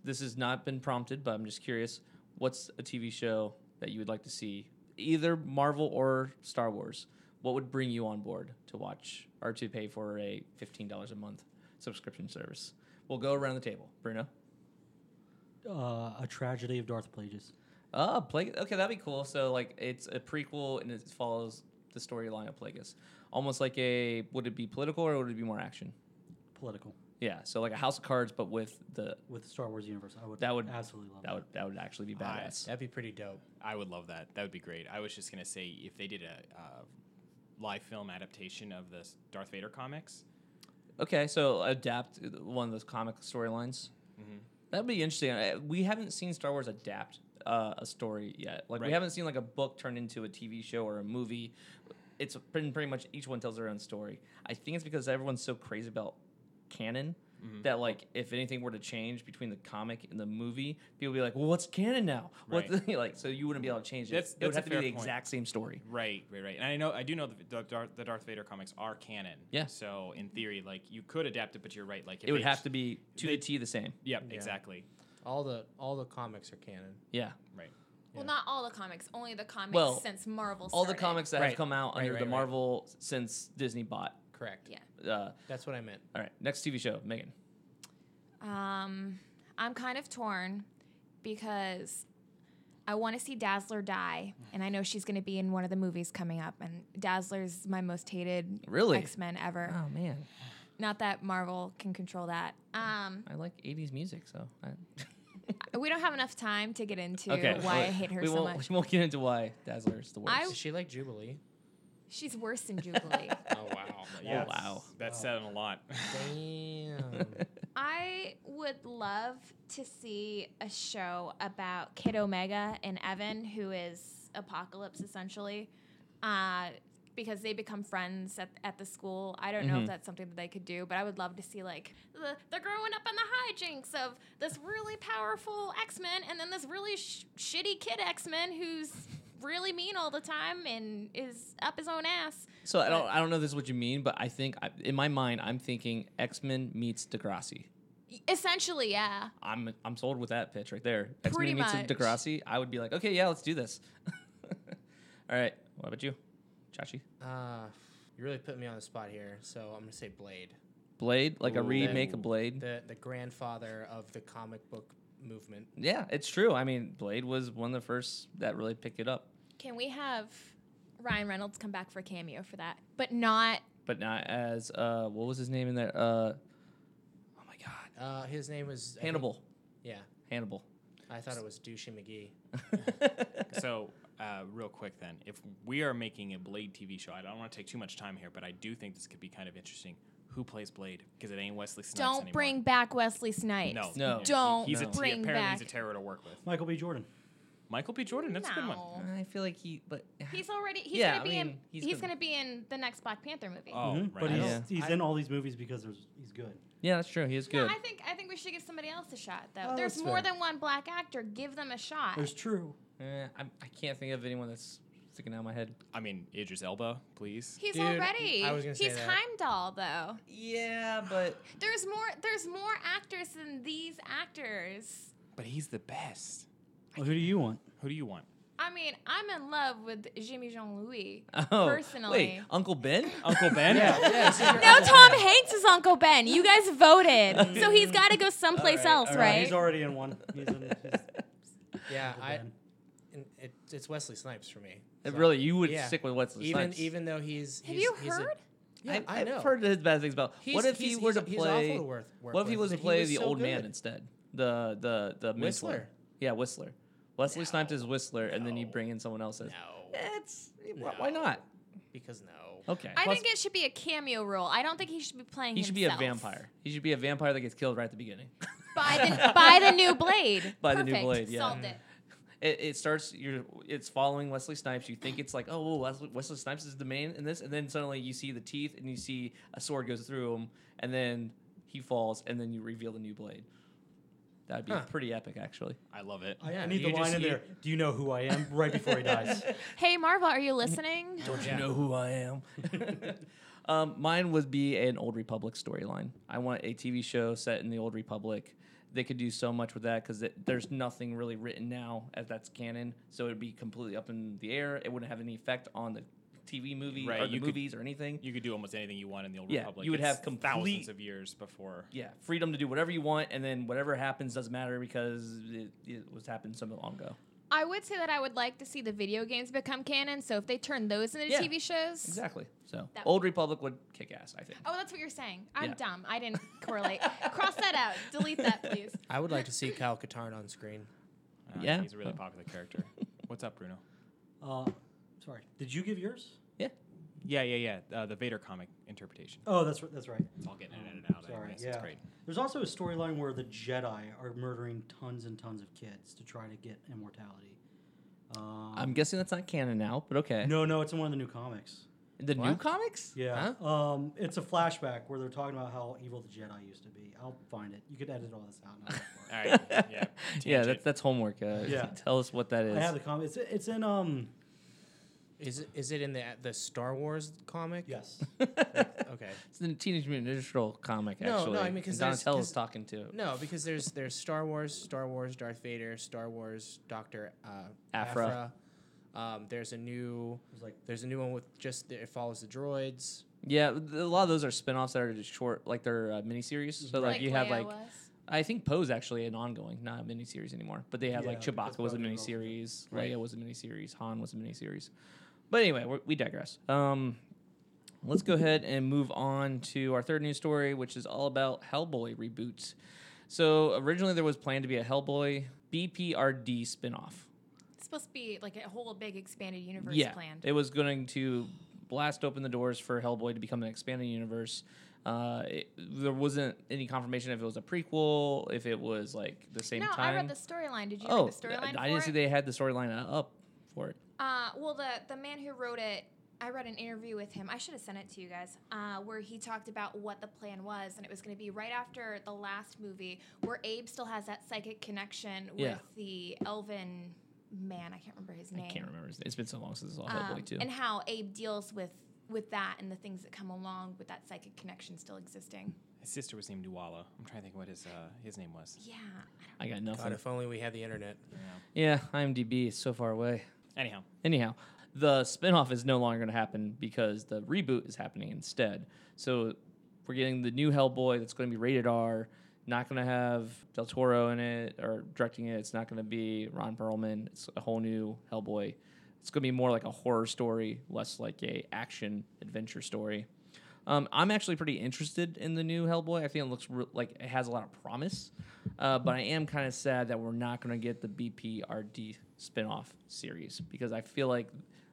[SPEAKER 1] this has not been prompted, but I'm just curious what's a TV show that you would like to see, either Marvel or Star Wars? What would bring you on board to watch or to pay for a $15 a month subscription service? We'll go around the table. Bruno?
[SPEAKER 2] Uh, a tragedy of Darth Plagueis.
[SPEAKER 1] Oh, Plague. Okay, that'd be cool. So like, it's a prequel and it follows the storyline of Plagueis, almost like a would it be political or would it be more action?
[SPEAKER 2] Political
[SPEAKER 1] Yeah, so like a House of Cards, but with the
[SPEAKER 2] with the Star Wars universe. I would.
[SPEAKER 1] That would-
[SPEAKER 2] absolutely love
[SPEAKER 1] that would that would actually be
[SPEAKER 4] Aye.
[SPEAKER 1] badass.
[SPEAKER 3] That'd be pretty dope.
[SPEAKER 4] I would love that. That would be great. I was just gonna say if they did a uh, live film adaptation of the s- Darth Vader comics.
[SPEAKER 1] Okay, so adapt uh, one of those comic storylines.
[SPEAKER 4] Mm-hmm.
[SPEAKER 1] That'd be interesting. I- We haven't seen Star Wars adapt uh, a story yet. Like we
[SPEAKER 4] Right.
[SPEAKER 1] haven't seen like a book turned into a TV show or a movie. It's been pretty much each one tells their own story. I think it's because everyone's so crazy about canon
[SPEAKER 4] Mm-hmm.
[SPEAKER 1] that like if anything were to change between the comic and the movie, people would be like, "Well, what's canon now?" [laughs] What
[SPEAKER 4] Right.
[SPEAKER 1] like so you wouldn't be able to change it.
[SPEAKER 4] That's-
[SPEAKER 1] it would
[SPEAKER 4] that's a
[SPEAKER 1] have to be
[SPEAKER 4] fair
[SPEAKER 1] the
[SPEAKER 4] point.
[SPEAKER 1] exact same story.
[SPEAKER 4] Right, right, right. And I know I do know the the Darth, the Darth Vader comics are canon.
[SPEAKER 1] Yeah.
[SPEAKER 4] So in theory, like you could adapt it, but you're right. Like if
[SPEAKER 1] It would
[SPEAKER 4] they
[SPEAKER 1] have
[SPEAKER 4] ch-
[SPEAKER 1] to be to the
[SPEAKER 4] they-
[SPEAKER 1] T the same.
[SPEAKER 4] Yep,
[SPEAKER 3] Yeah.
[SPEAKER 4] exactly.
[SPEAKER 3] All the all the comics are canon.
[SPEAKER 1] Yeah.
[SPEAKER 4] Right.
[SPEAKER 5] well not all the comics, only the comics
[SPEAKER 1] Well,
[SPEAKER 5] since Marvel
[SPEAKER 1] all the
[SPEAKER 5] started.
[SPEAKER 1] comics that have
[SPEAKER 3] Right,
[SPEAKER 1] come out
[SPEAKER 3] right,
[SPEAKER 1] under
[SPEAKER 3] right,
[SPEAKER 1] the
[SPEAKER 3] right.
[SPEAKER 1] Marvel since Disney bought.
[SPEAKER 3] Correct.
[SPEAKER 5] Yeah.
[SPEAKER 1] Uh, all
[SPEAKER 3] That's what I meant.
[SPEAKER 1] right, next TV show, Megan.
[SPEAKER 5] Um, I'm kind of torn because I want to see Dazzler die, and I know she's going to be in one of the movies coming up. And Dazzler's my most hated
[SPEAKER 1] Really?
[SPEAKER 5] X Men ever.
[SPEAKER 1] man,
[SPEAKER 5] Not that Marvel can control that. Um,
[SPEAKER 1] I like '80s music, so I,
[SPEAKER 5] we don't have enough time to get into
[SPEAKER 1] okay.
[SPEAKER 5] [laughs] why I
[SPEAKER 1] we-
[SPEAKER 5] hate her
[SPEAKER 1] we
[SPEAKER 5] so
[SPEAKER 1] won't, [laughs]
[SPEAKER 5] much.
[SPEAKER 1] We won't get into why Dazzler is the worst.
[SPEAKER 5] I-
[SPEAKER 3] Is she like Jubilee?
[SPEAKER 5] She's worse than Jubilee.
[SPEAKER 3] Oh
[SPEAKER 4] [laughs]
[SPEAKER 3] wow.
[SPEAKER 4] Yeah.
[SPEAKER 1] wow.
[SPEAKER 4] That's said a lot.
[SPEAKER 1] [laughs]
[SPEAKER 3] Damn.
[SPEAKER 5] I would love to see a show about Kid Omega and Evan, who is Apocalypse essentially, uh, because they become friends at, at the school. I don't know if that's something that they could do, but I would love to see like the, they're growing up on the hijinks of this really powerful X Men and then this really sh- shitty kid X Men who's really mean all the time and is up his own ass.
[SPEAKER 1] so I don't, I don't know if this is what you mean, but I think I, in my mind, I'm thinking X-Men meets Degrassi.
[SPEAKER 5] Essentially, yeah.
[SPEAKER 1] I'm, I'm sold with that pitch right there.
[SPEAKER 5] Pretty
[SPEAKER 1] X-Men meets
[SPEAKER 5] much.
[SPEAKER 1] Degrassi. I would be like, okay, yeah, let's do this. [laughs] all right, what about you, Chachi?
[SPEAKER 3] uh, you really put me on the spot here, so I'm gonna say Blade.
[SPEAKER 1] Blade, like a
[SPEAKER 4] Ooh.
[SPEAKER 1] remake of Blade.
[SPEAKER 3] the the grandfather of the comic book movement.
[SPEAKER 1] Yeah, it's true. I mean, Blade was one of the first that really picked it up.
[SPEAKER 5] Can we have Ryan Reynolds come back for a cameo for that? But not
[SPEAKER 1] but not as uh what was his name in there? Uh oh my god.
[SPEAKER 3] Uh, his name was I think-
[SPEAKER 1] Hannibal.
[SPEAKER 3] [laughs] yeah,
[SPEAKER 1] Hannibal. [sighs]
[SPEAKER 3] I thought it was Douchey McGee.
[SPEAKER 4] so uh, real quick then, if we are making a Blade TV show, I don't want to take too much time here, but I do think this could be kind of interesting. Who plays Blade? Because it ain't Wesley Snipes
[SPEAKER 5] Don't
[SPEAKER 4] anymore.
[SPEAKER 5] bring back Wesley Snipes.
[SPEAKER 4] no,
[SPEAKER 1] No.
[SPEAKER 4] He-
[SPEAKER 5] Don't
[SPEAKER 4] He's a
[SPEAKER 5] bring
[SPEAKER 4] apparently
[SPEAKER 5] back.
[SPEAKER 4] he's a terror to work with.
[SPEAKER 2] Michael B. Jordan.
[SPEAKER 4] Michael B. Jordan. That's a good one.
[SPEAKER 5] No.
[SPEAKER 1] I feel like he, but [sighs]
[SPEAKER 5] He's already. He's
[SPEAKER 1] Yeah,
[SPEAKER 5] gonna
[SPEAKER 1] I
[SPEAKER 5] be in.
[SPEAKER 1] mean, he's
[SPEAKER 5] He's,
[SPEAKER 1] been-
[SPEAKER 5] gonna be in the next Black Panther movie.
[SPEAKER 4] Oh,
[SPEAKER 2] Mhm.
[SPEAKER 4] right.
[SPEAKER 2] But
[SPEAKER 1] I
[SPEAKER 2] he's,
[SPEAKER 1] don't-
[SPEAKER 2] he's
[SPEAKER 1] I-
[SPEAKER 2] in all these movies because there's, he's good.
[SPEAKER 1] yeah, that's true. He is
[SPEAKER 5] No,
[SPEAKER 1] good.
[SPEAKER 5] I think I think we should give somebody else a shot though.
[SPEAKER 2] Oh,
[SPEAKER 5] There's
[SPEAKER 2] that's
[SPEAKER 5] more
[SPEAKER 2] fair.
[SPEAKER 5] than one black actor. Give them a shot.
[SPEAKER 2] There's true.
[SPEAKER 1] Eh, I'm- I can't think of anyone that's sticking out in my head.
[SPEAKER 4] I mean, Idris Elba, please.
[SPEAKER 5] He's
[SPEAKER 3] Dude,
[SPEAKER 5] already.
[SPEAKER 3] I was gonna say
[SPEAKER 5] he's
[SPEAKER 3] that.
[SPEAKER 5] Heimdall though.
[SPEAKER 1] Yeah, but
[SPEAKER 5] There's more. There's more actors than these actors.
[SPEAKER 4] But he's the best.
[SPEAKER 2] Well, who do you want?
[SPEAKER 4] Who do you want?
[SPEAKER 5] I mean, I'm in love with Jimmy Jean Louis.
[SPEAKER 1] [laughs] oh, wait,
[SPEAKER 5] Personally.
[SPEAKER 1] Uncle
[SPEAKER 3] [coughs]
[SPEAKER 1] Ben. Oh,
[SPEAKER 4] Uncle
[SPEAKER 1] [laughs]
[SPEAKER 4] Ben?
[SPEAKER 5] No, Tom Hanks is Uncle Ben. You guys voted, so he's got to go someplace
[SPEAKER 3] All right,
[SPEAKER 5] else,
[SPEAKER 3] all
[SPEAKER 2] Uh,
[SPEAKER 5] right?
[SPEAKER 2] He's already in one. He's [laughs] in, he's,
[SPEAKER 3] Yeah, I,
[SPEAKER 2] Ben.
[SPEAKER 3] and it, it's Wesley Snipes for me.
[SPEAKER 1] Uh,
[SPEAKER 3] So,
[SPEAKER 1] really, you would
[SPEAKER 3] yeah.
[SPEAKER 1] stick with Wesley
[SPEAKER 3] even
[SPEAKER 1] Snipes.
[SPEAKER 3] even though he's,
[SPEAKER 5] Have
[SPEAKER 3] he's-
[SPEAKER 5] you
[SPEAKER 3] he's a-
[SPEAKER 5] heard?
[SPEAKER 3] yeah, I,
[SPEAKER 1] I've
[SPEAKER 3] know.
[SPEAKER 1] heard his bad things about.
[SPEAKER 3] He's-
[SPEAKER 1] what if
[SPEAKER 3] he's-
[SPEAKER 1] he were
[SPEAKER 3] he's-
[SPEAKER 1] to
[SPEAKER 3] he's
[SPEAKER 1] play?
[SPEAKER 3] awful to work- work
[SPEAKER 1] what if he was
[SPEAKER 3] with,
[SPEAKER 1] to
[SPEAKER 3] but he
[SPEAKER 1] play
[SPEAKER 3] was
[SPEAKER 1] the
[SPEAKER 3] so
[SPEAKER 1] old man
[SPEAKER 3] good.
[SPEAKER 1] instead? The the the mentor.
[SPEAKER 3] Whistler.
[SPEAKER 1] Yeah, Whistler. Wesley Snipes is Whistler, and then you bring in someone else as.
[SPEAKER 3] No,
[SPEAKER 1] It's wh- why
[SPEAKER 3] No.
[SPEAKER 1] not?
[SPEAKER 3] because no.
[SPEAKER 1] Okay.
[SPEAKER 5] I
[SPEAKER 1] Plus,
[SPEAKER 5] think it should be a cameo role. I don't think he should be playing.
[SPEAKER 1] he should be a
[SPEAKER 5] himself.
[SPEAKER 1] vampire. He should be a vampire that gets killed right at the beginning.
[SPEAKER 5] By the by, the new blade.
[SPEAKER 1] [laughs] By the new
[SPEAKER 5] Perfect.
[SPEAKER 1] blade, yeah.
[SPEAKER 5] Solved it.
[SPEAKER 1] It, it starts. You're. It's following Wesley Snipes. You think it's like, oh, well, Wesley, Wesley Snipes is the main in this, and then suddenly you see the teeth, and you see a sword goes through him, and then he falls, and then you reveal the new blade. That'd be
[SPEAKER 3] Huh.
[SPEAKER 1] pretty epic, actually.
[SPEAKER 4] I love it.
[SPEAKER 2] I, I
[SPEAKER 3] Yeah,
[SPEAKER 2] need
[SPEAKER 3] you
[SPEAKER 2] the line
[SPEAKER 3] just-
[SPEAKER 2] in
[SPEAKER 3] you-
[SPEAKER 2] there. Do you know who I am? Right before he [laughs] dies.
[SPEAKER 5] Hey, Marva, are you listening?
[SPEAKER 1] Don't
[SPEAKER 3] Yeah.
[SPEAKER 1] you know who I am? [laughs] um, mine would be an Old Republic storyline. I want a TV show set in the Old Republic. They could do so much with that because there's nothing really written now as that's canon, so it'd be completely up in the air. It wouldn't have any effect on the TV movie
[SPEAKER 4] Right,
[SPEAKER 1] or the
[SPEAKER 4] you could-
[SPEAKER 1] movies or anything.
[SPEAKER 4] You could do almost anything you want in the old
[SPEAKER 1] Yeah,
[SPEAKER 4] republic.
[SPEAKER 1] you would
[SPEAKER 4] It's
[SPEAKER 1] have complete-
[SPEAKER 4] thousands of years before.
[SPEAKER 1] yeah, freedom to do whatever you want, and then whatever happens doesn't matter because it, it was happened so long ago.
[SPEAKER 5] I would say that I would like to see the video games become canon. So if they turn those into
[SPEAKER 1] Yeah,
[SPEAKER 5] TV shows,
[SPEAKER 1] Exactly. So
[SPEAKER 5] That-
[SPEAKER 1] Old Republic would kick ass, I think.
[SPEAKER 5] Oh, that's what you're saying. I'm
[SPEAKER 1] Yeah.
[SPEAKER 5] dumb. I didn't correlate. [laughs] Cross that out. Delete that, please.
[SPEAKER 3] I would like to see Kyle Katarn on screen.
[SPEAKER 4] Uh,
[SPEAKER 1] Yeah.
[SPEAKER 4] He's a really popular
[SPEAKER 1] [laughs]
[SPEAKER 4] character. What's up, Bruno?
[SPEAKER 2] Uh, sorry. Did you give yours?
[SPEAKER 1] Yeah.
[SPEAKER 4] Yeah, yeah, yeah. Uh, the Vader comic interpretation.
[SPEAKER 2] Oh, that's r- that's right.
[SPEAKER 4] It's all getting edited out.
[SPEAKER 2] Sorry.
[SPEAKER 4] anyways.
[SPEAKER 2] Yeah.
[SPEAKER 4] It's
[SPEAKER 1] [laughs]
[SPEAKER 4] great.
[SPEAKER 2] There's also a storyline where the Jedi are murdering tons and tons of kids to try to get immortality. Um,
[SPEAKER 1] I'm guessing that's not canon now, but okay.
[SPEAKER 2] no, no, it's in one of the new comics.
[SPEAKER 1] The new
[SPEAKER 3] What?
[SPEAKER 1] comics?
[SPEAKER 2] Yeah. Um, it's a flashback where they're talking about how evil the Jedi used to be. I'll find it. You could edit all this out. and I'll look for it.
[SPEAKER 4] [laughs] All right. Yeah.
[SPEAKER 1] [laughs] Yeah,
[SPEAKER 4] Tangent.
[SPEAKER 1] that's that's homework. Uh,
[SPEAKER 2] Yeah.
[SPEAKER 1] [laughs] Tell us what that is.
[SPEAKER 2] I have the comic. It's, it's in um.
[SPEAKER 3] Is it, is it in the the Star Wars comic?
[SPEAKER 2] Yes.
[SPEAKER 3] [laughs] Okay.
[SPEAKER 1] [laughs] it's in a Teenage Mutant Ninja Turtle comic,
[SPEAKER 3] No, no,
[SPEAKER 1] actually.
[SPEAKER 3] I mean, 'cause
[SPEAKER 1] Don
[SPEAKER 3] there's-
[SPEAKER 1] Tello's
[SPEAKER 3] 'cause-
[SPEAKER 1] talking to it.
[SPEAKER 3] No, because there's there's Star Wars, Star Wars, Darth Vader, Star Wars, Doctor uh,
[SPEAKER 1] Aphra.
[SPEAKER 3] Aphra. Um, there's a new
[SPEAKER 2] It's like
[SPEAKER 3] there's a new one with just the, it follows the droids.
[SPEAKER 1] Yeah, th- a lot of those are spin-offs that are just short, like they're uh, miniseries. So like, you have like
[SPEAKER 5] Leia was.
[SPEAKER 1] I think Poe's actually an ongoing, not a miniseries anymore. But they had like
[SPEAKER 2] Yeah, because
[SPEAKER 1] Chewbacca was a
[SPEAKER 2] Poe did all of them.
[SPEAKER 1] miniseries,
[SPEAKER 3] Right.
[SPEAKER 1] Leia was a miniseries, Han was a miniseries. But anyway, we we digress. Um, let's go ahead and move on to our third news story, which is all about Hellboy reboots. So originally there was planned to be a Hellboy BPRD spinoff.
[SPEAKER 5] It's supposed to be like a whole big expanded universe planned.
[SPEAKER 1] It was going to blast open the doors for Hellboy to become an expanded universe. Uh, it, there wasn't any confirmation if it was a prequel, if it was like the same
[SPEAKER 5] no,
[SPEAKER 1] time.
[SPEAKER 5] I read the storyline. Did you
[SPEAKER 1] oh,
[SPEAKER 5] read the storyline?
[SPEAKER 1] I, I
[SPEAKER 5] for
[SPEAKER 1] didn't see
[SPEAKER 5] it?
[SPEAKER 1] they had the storyline uh, up for it.
[SPEAKER 5] Uh, well, the the man who wrote it, I read an interview with him. I should have sent it to you guys, uh, where he talked about what the plan was, and it was going to be right after the last movie, where Abe still has that psychic connection with
[SPEAKER 1] Yeah.
[SPEAKER 5] the Elven man. I can't remember his name.
[SPEAKER 1] I can't remember. his name. It's been so long since I saw
[SPEAKER 5] um,
[SPEAKER 1] Hellboy too.
[SPEAKER 5] and how Abe deals with with that and the things that come along with that psychic connection still existing.
[SPEAKER 4] His sister was named Nuala. I'm trying to think what his uh, his name was.
[SPEAKER 5] Yeah,
[SPEAKER 1] I got
[SPEAKER 3] God,
[SPEAKER 1] nothing.
[SPEAKER 3] if only we had the internet.
[SPEAKER 1] Yeah, IMDb is so far away.
[SPEAKER 4] Anyhow,
[SPEAKER 1] Anyhow, the spinoff is no longer going to happen because the reboot is happening instead. So we're getting the new Hellboy that's going to be rated R, not going to have Del Toro in it or directing it. It's not going to be Ron Perlman. It's a whole new Hellboy. It's going to be more like a horror story, less like a action adventure story. Um, I'm actually pretty interested in the new Hellboy. I think it looks re- like it has a lot of promise. Uh, but I am kind of sad that we're not going to get the BPRD spinoff series because I feel like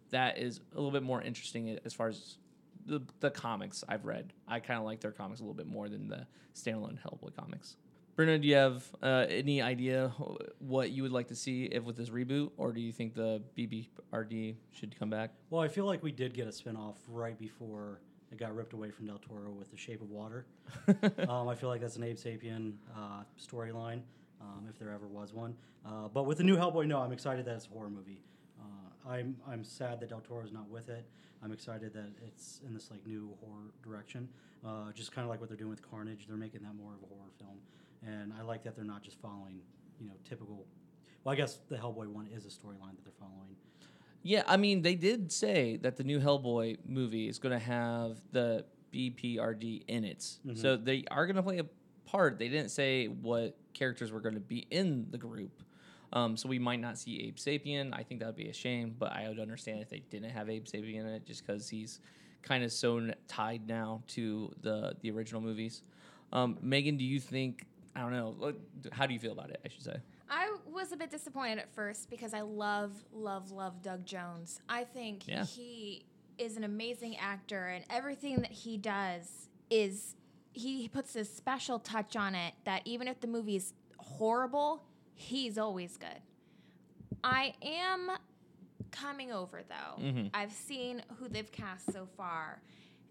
[SPEAKER 1] that is a little bit more interesting as far as the, the comics I've read. I kind of like their comics a little bit more than the standalone Hellboy comics. Bruno, do you have uh, any idea wh- what you would like to see if with this reboot, or do you think the BBRD should come back?
[SPEAKER 2] Well, I feel like we did get a spinoff right before it got ripped away from Del Toro with The Shape of Water. um, I feel like that's an Abe Sapien uh, storyline, um, if there ever was one. Uh, but with the new Hellboy, no, I'm excited that it's a horror movie. Uh, I'm I'm sad that Del Toro's not with it. I'm excited that it's in this like new horror direction. Uh, just kind of like what they're doing with Carnage, they're making that more of a horror film, and I like that they're not just following you know typical. Well, I guess the Hellboy one is a storyline that they're following.
[SPEAKER 1] Yeah, I mean, they did say that the new Hellboy movie is going to have the BPRD in it. So they are going to play a part. They didn't say what characters were going to be in the group. Um, so we might not see Abe Sapien. I think that would be a shame, but I would understand if they didn't have Abe Sapien in it just because he's kind of so n- tied now to the, the original movies. Um, Megan, do you think, I don't know, like, how do you feel about it, I should say?
[SPEAKER 5] I was a bit disappointed at first because I love, love, love Doug Jones. I think
[SPEAKER 1] Yeah.
[SPEAKER 5] he is an amazing actor, and everything that he does is he puts this special touch on it that even if the movie's horrible, he's always good. I am coming over though.
[SPEAKER 3] Mm-hmm.
[SPEAKER 5] I've seen who they've cast so far.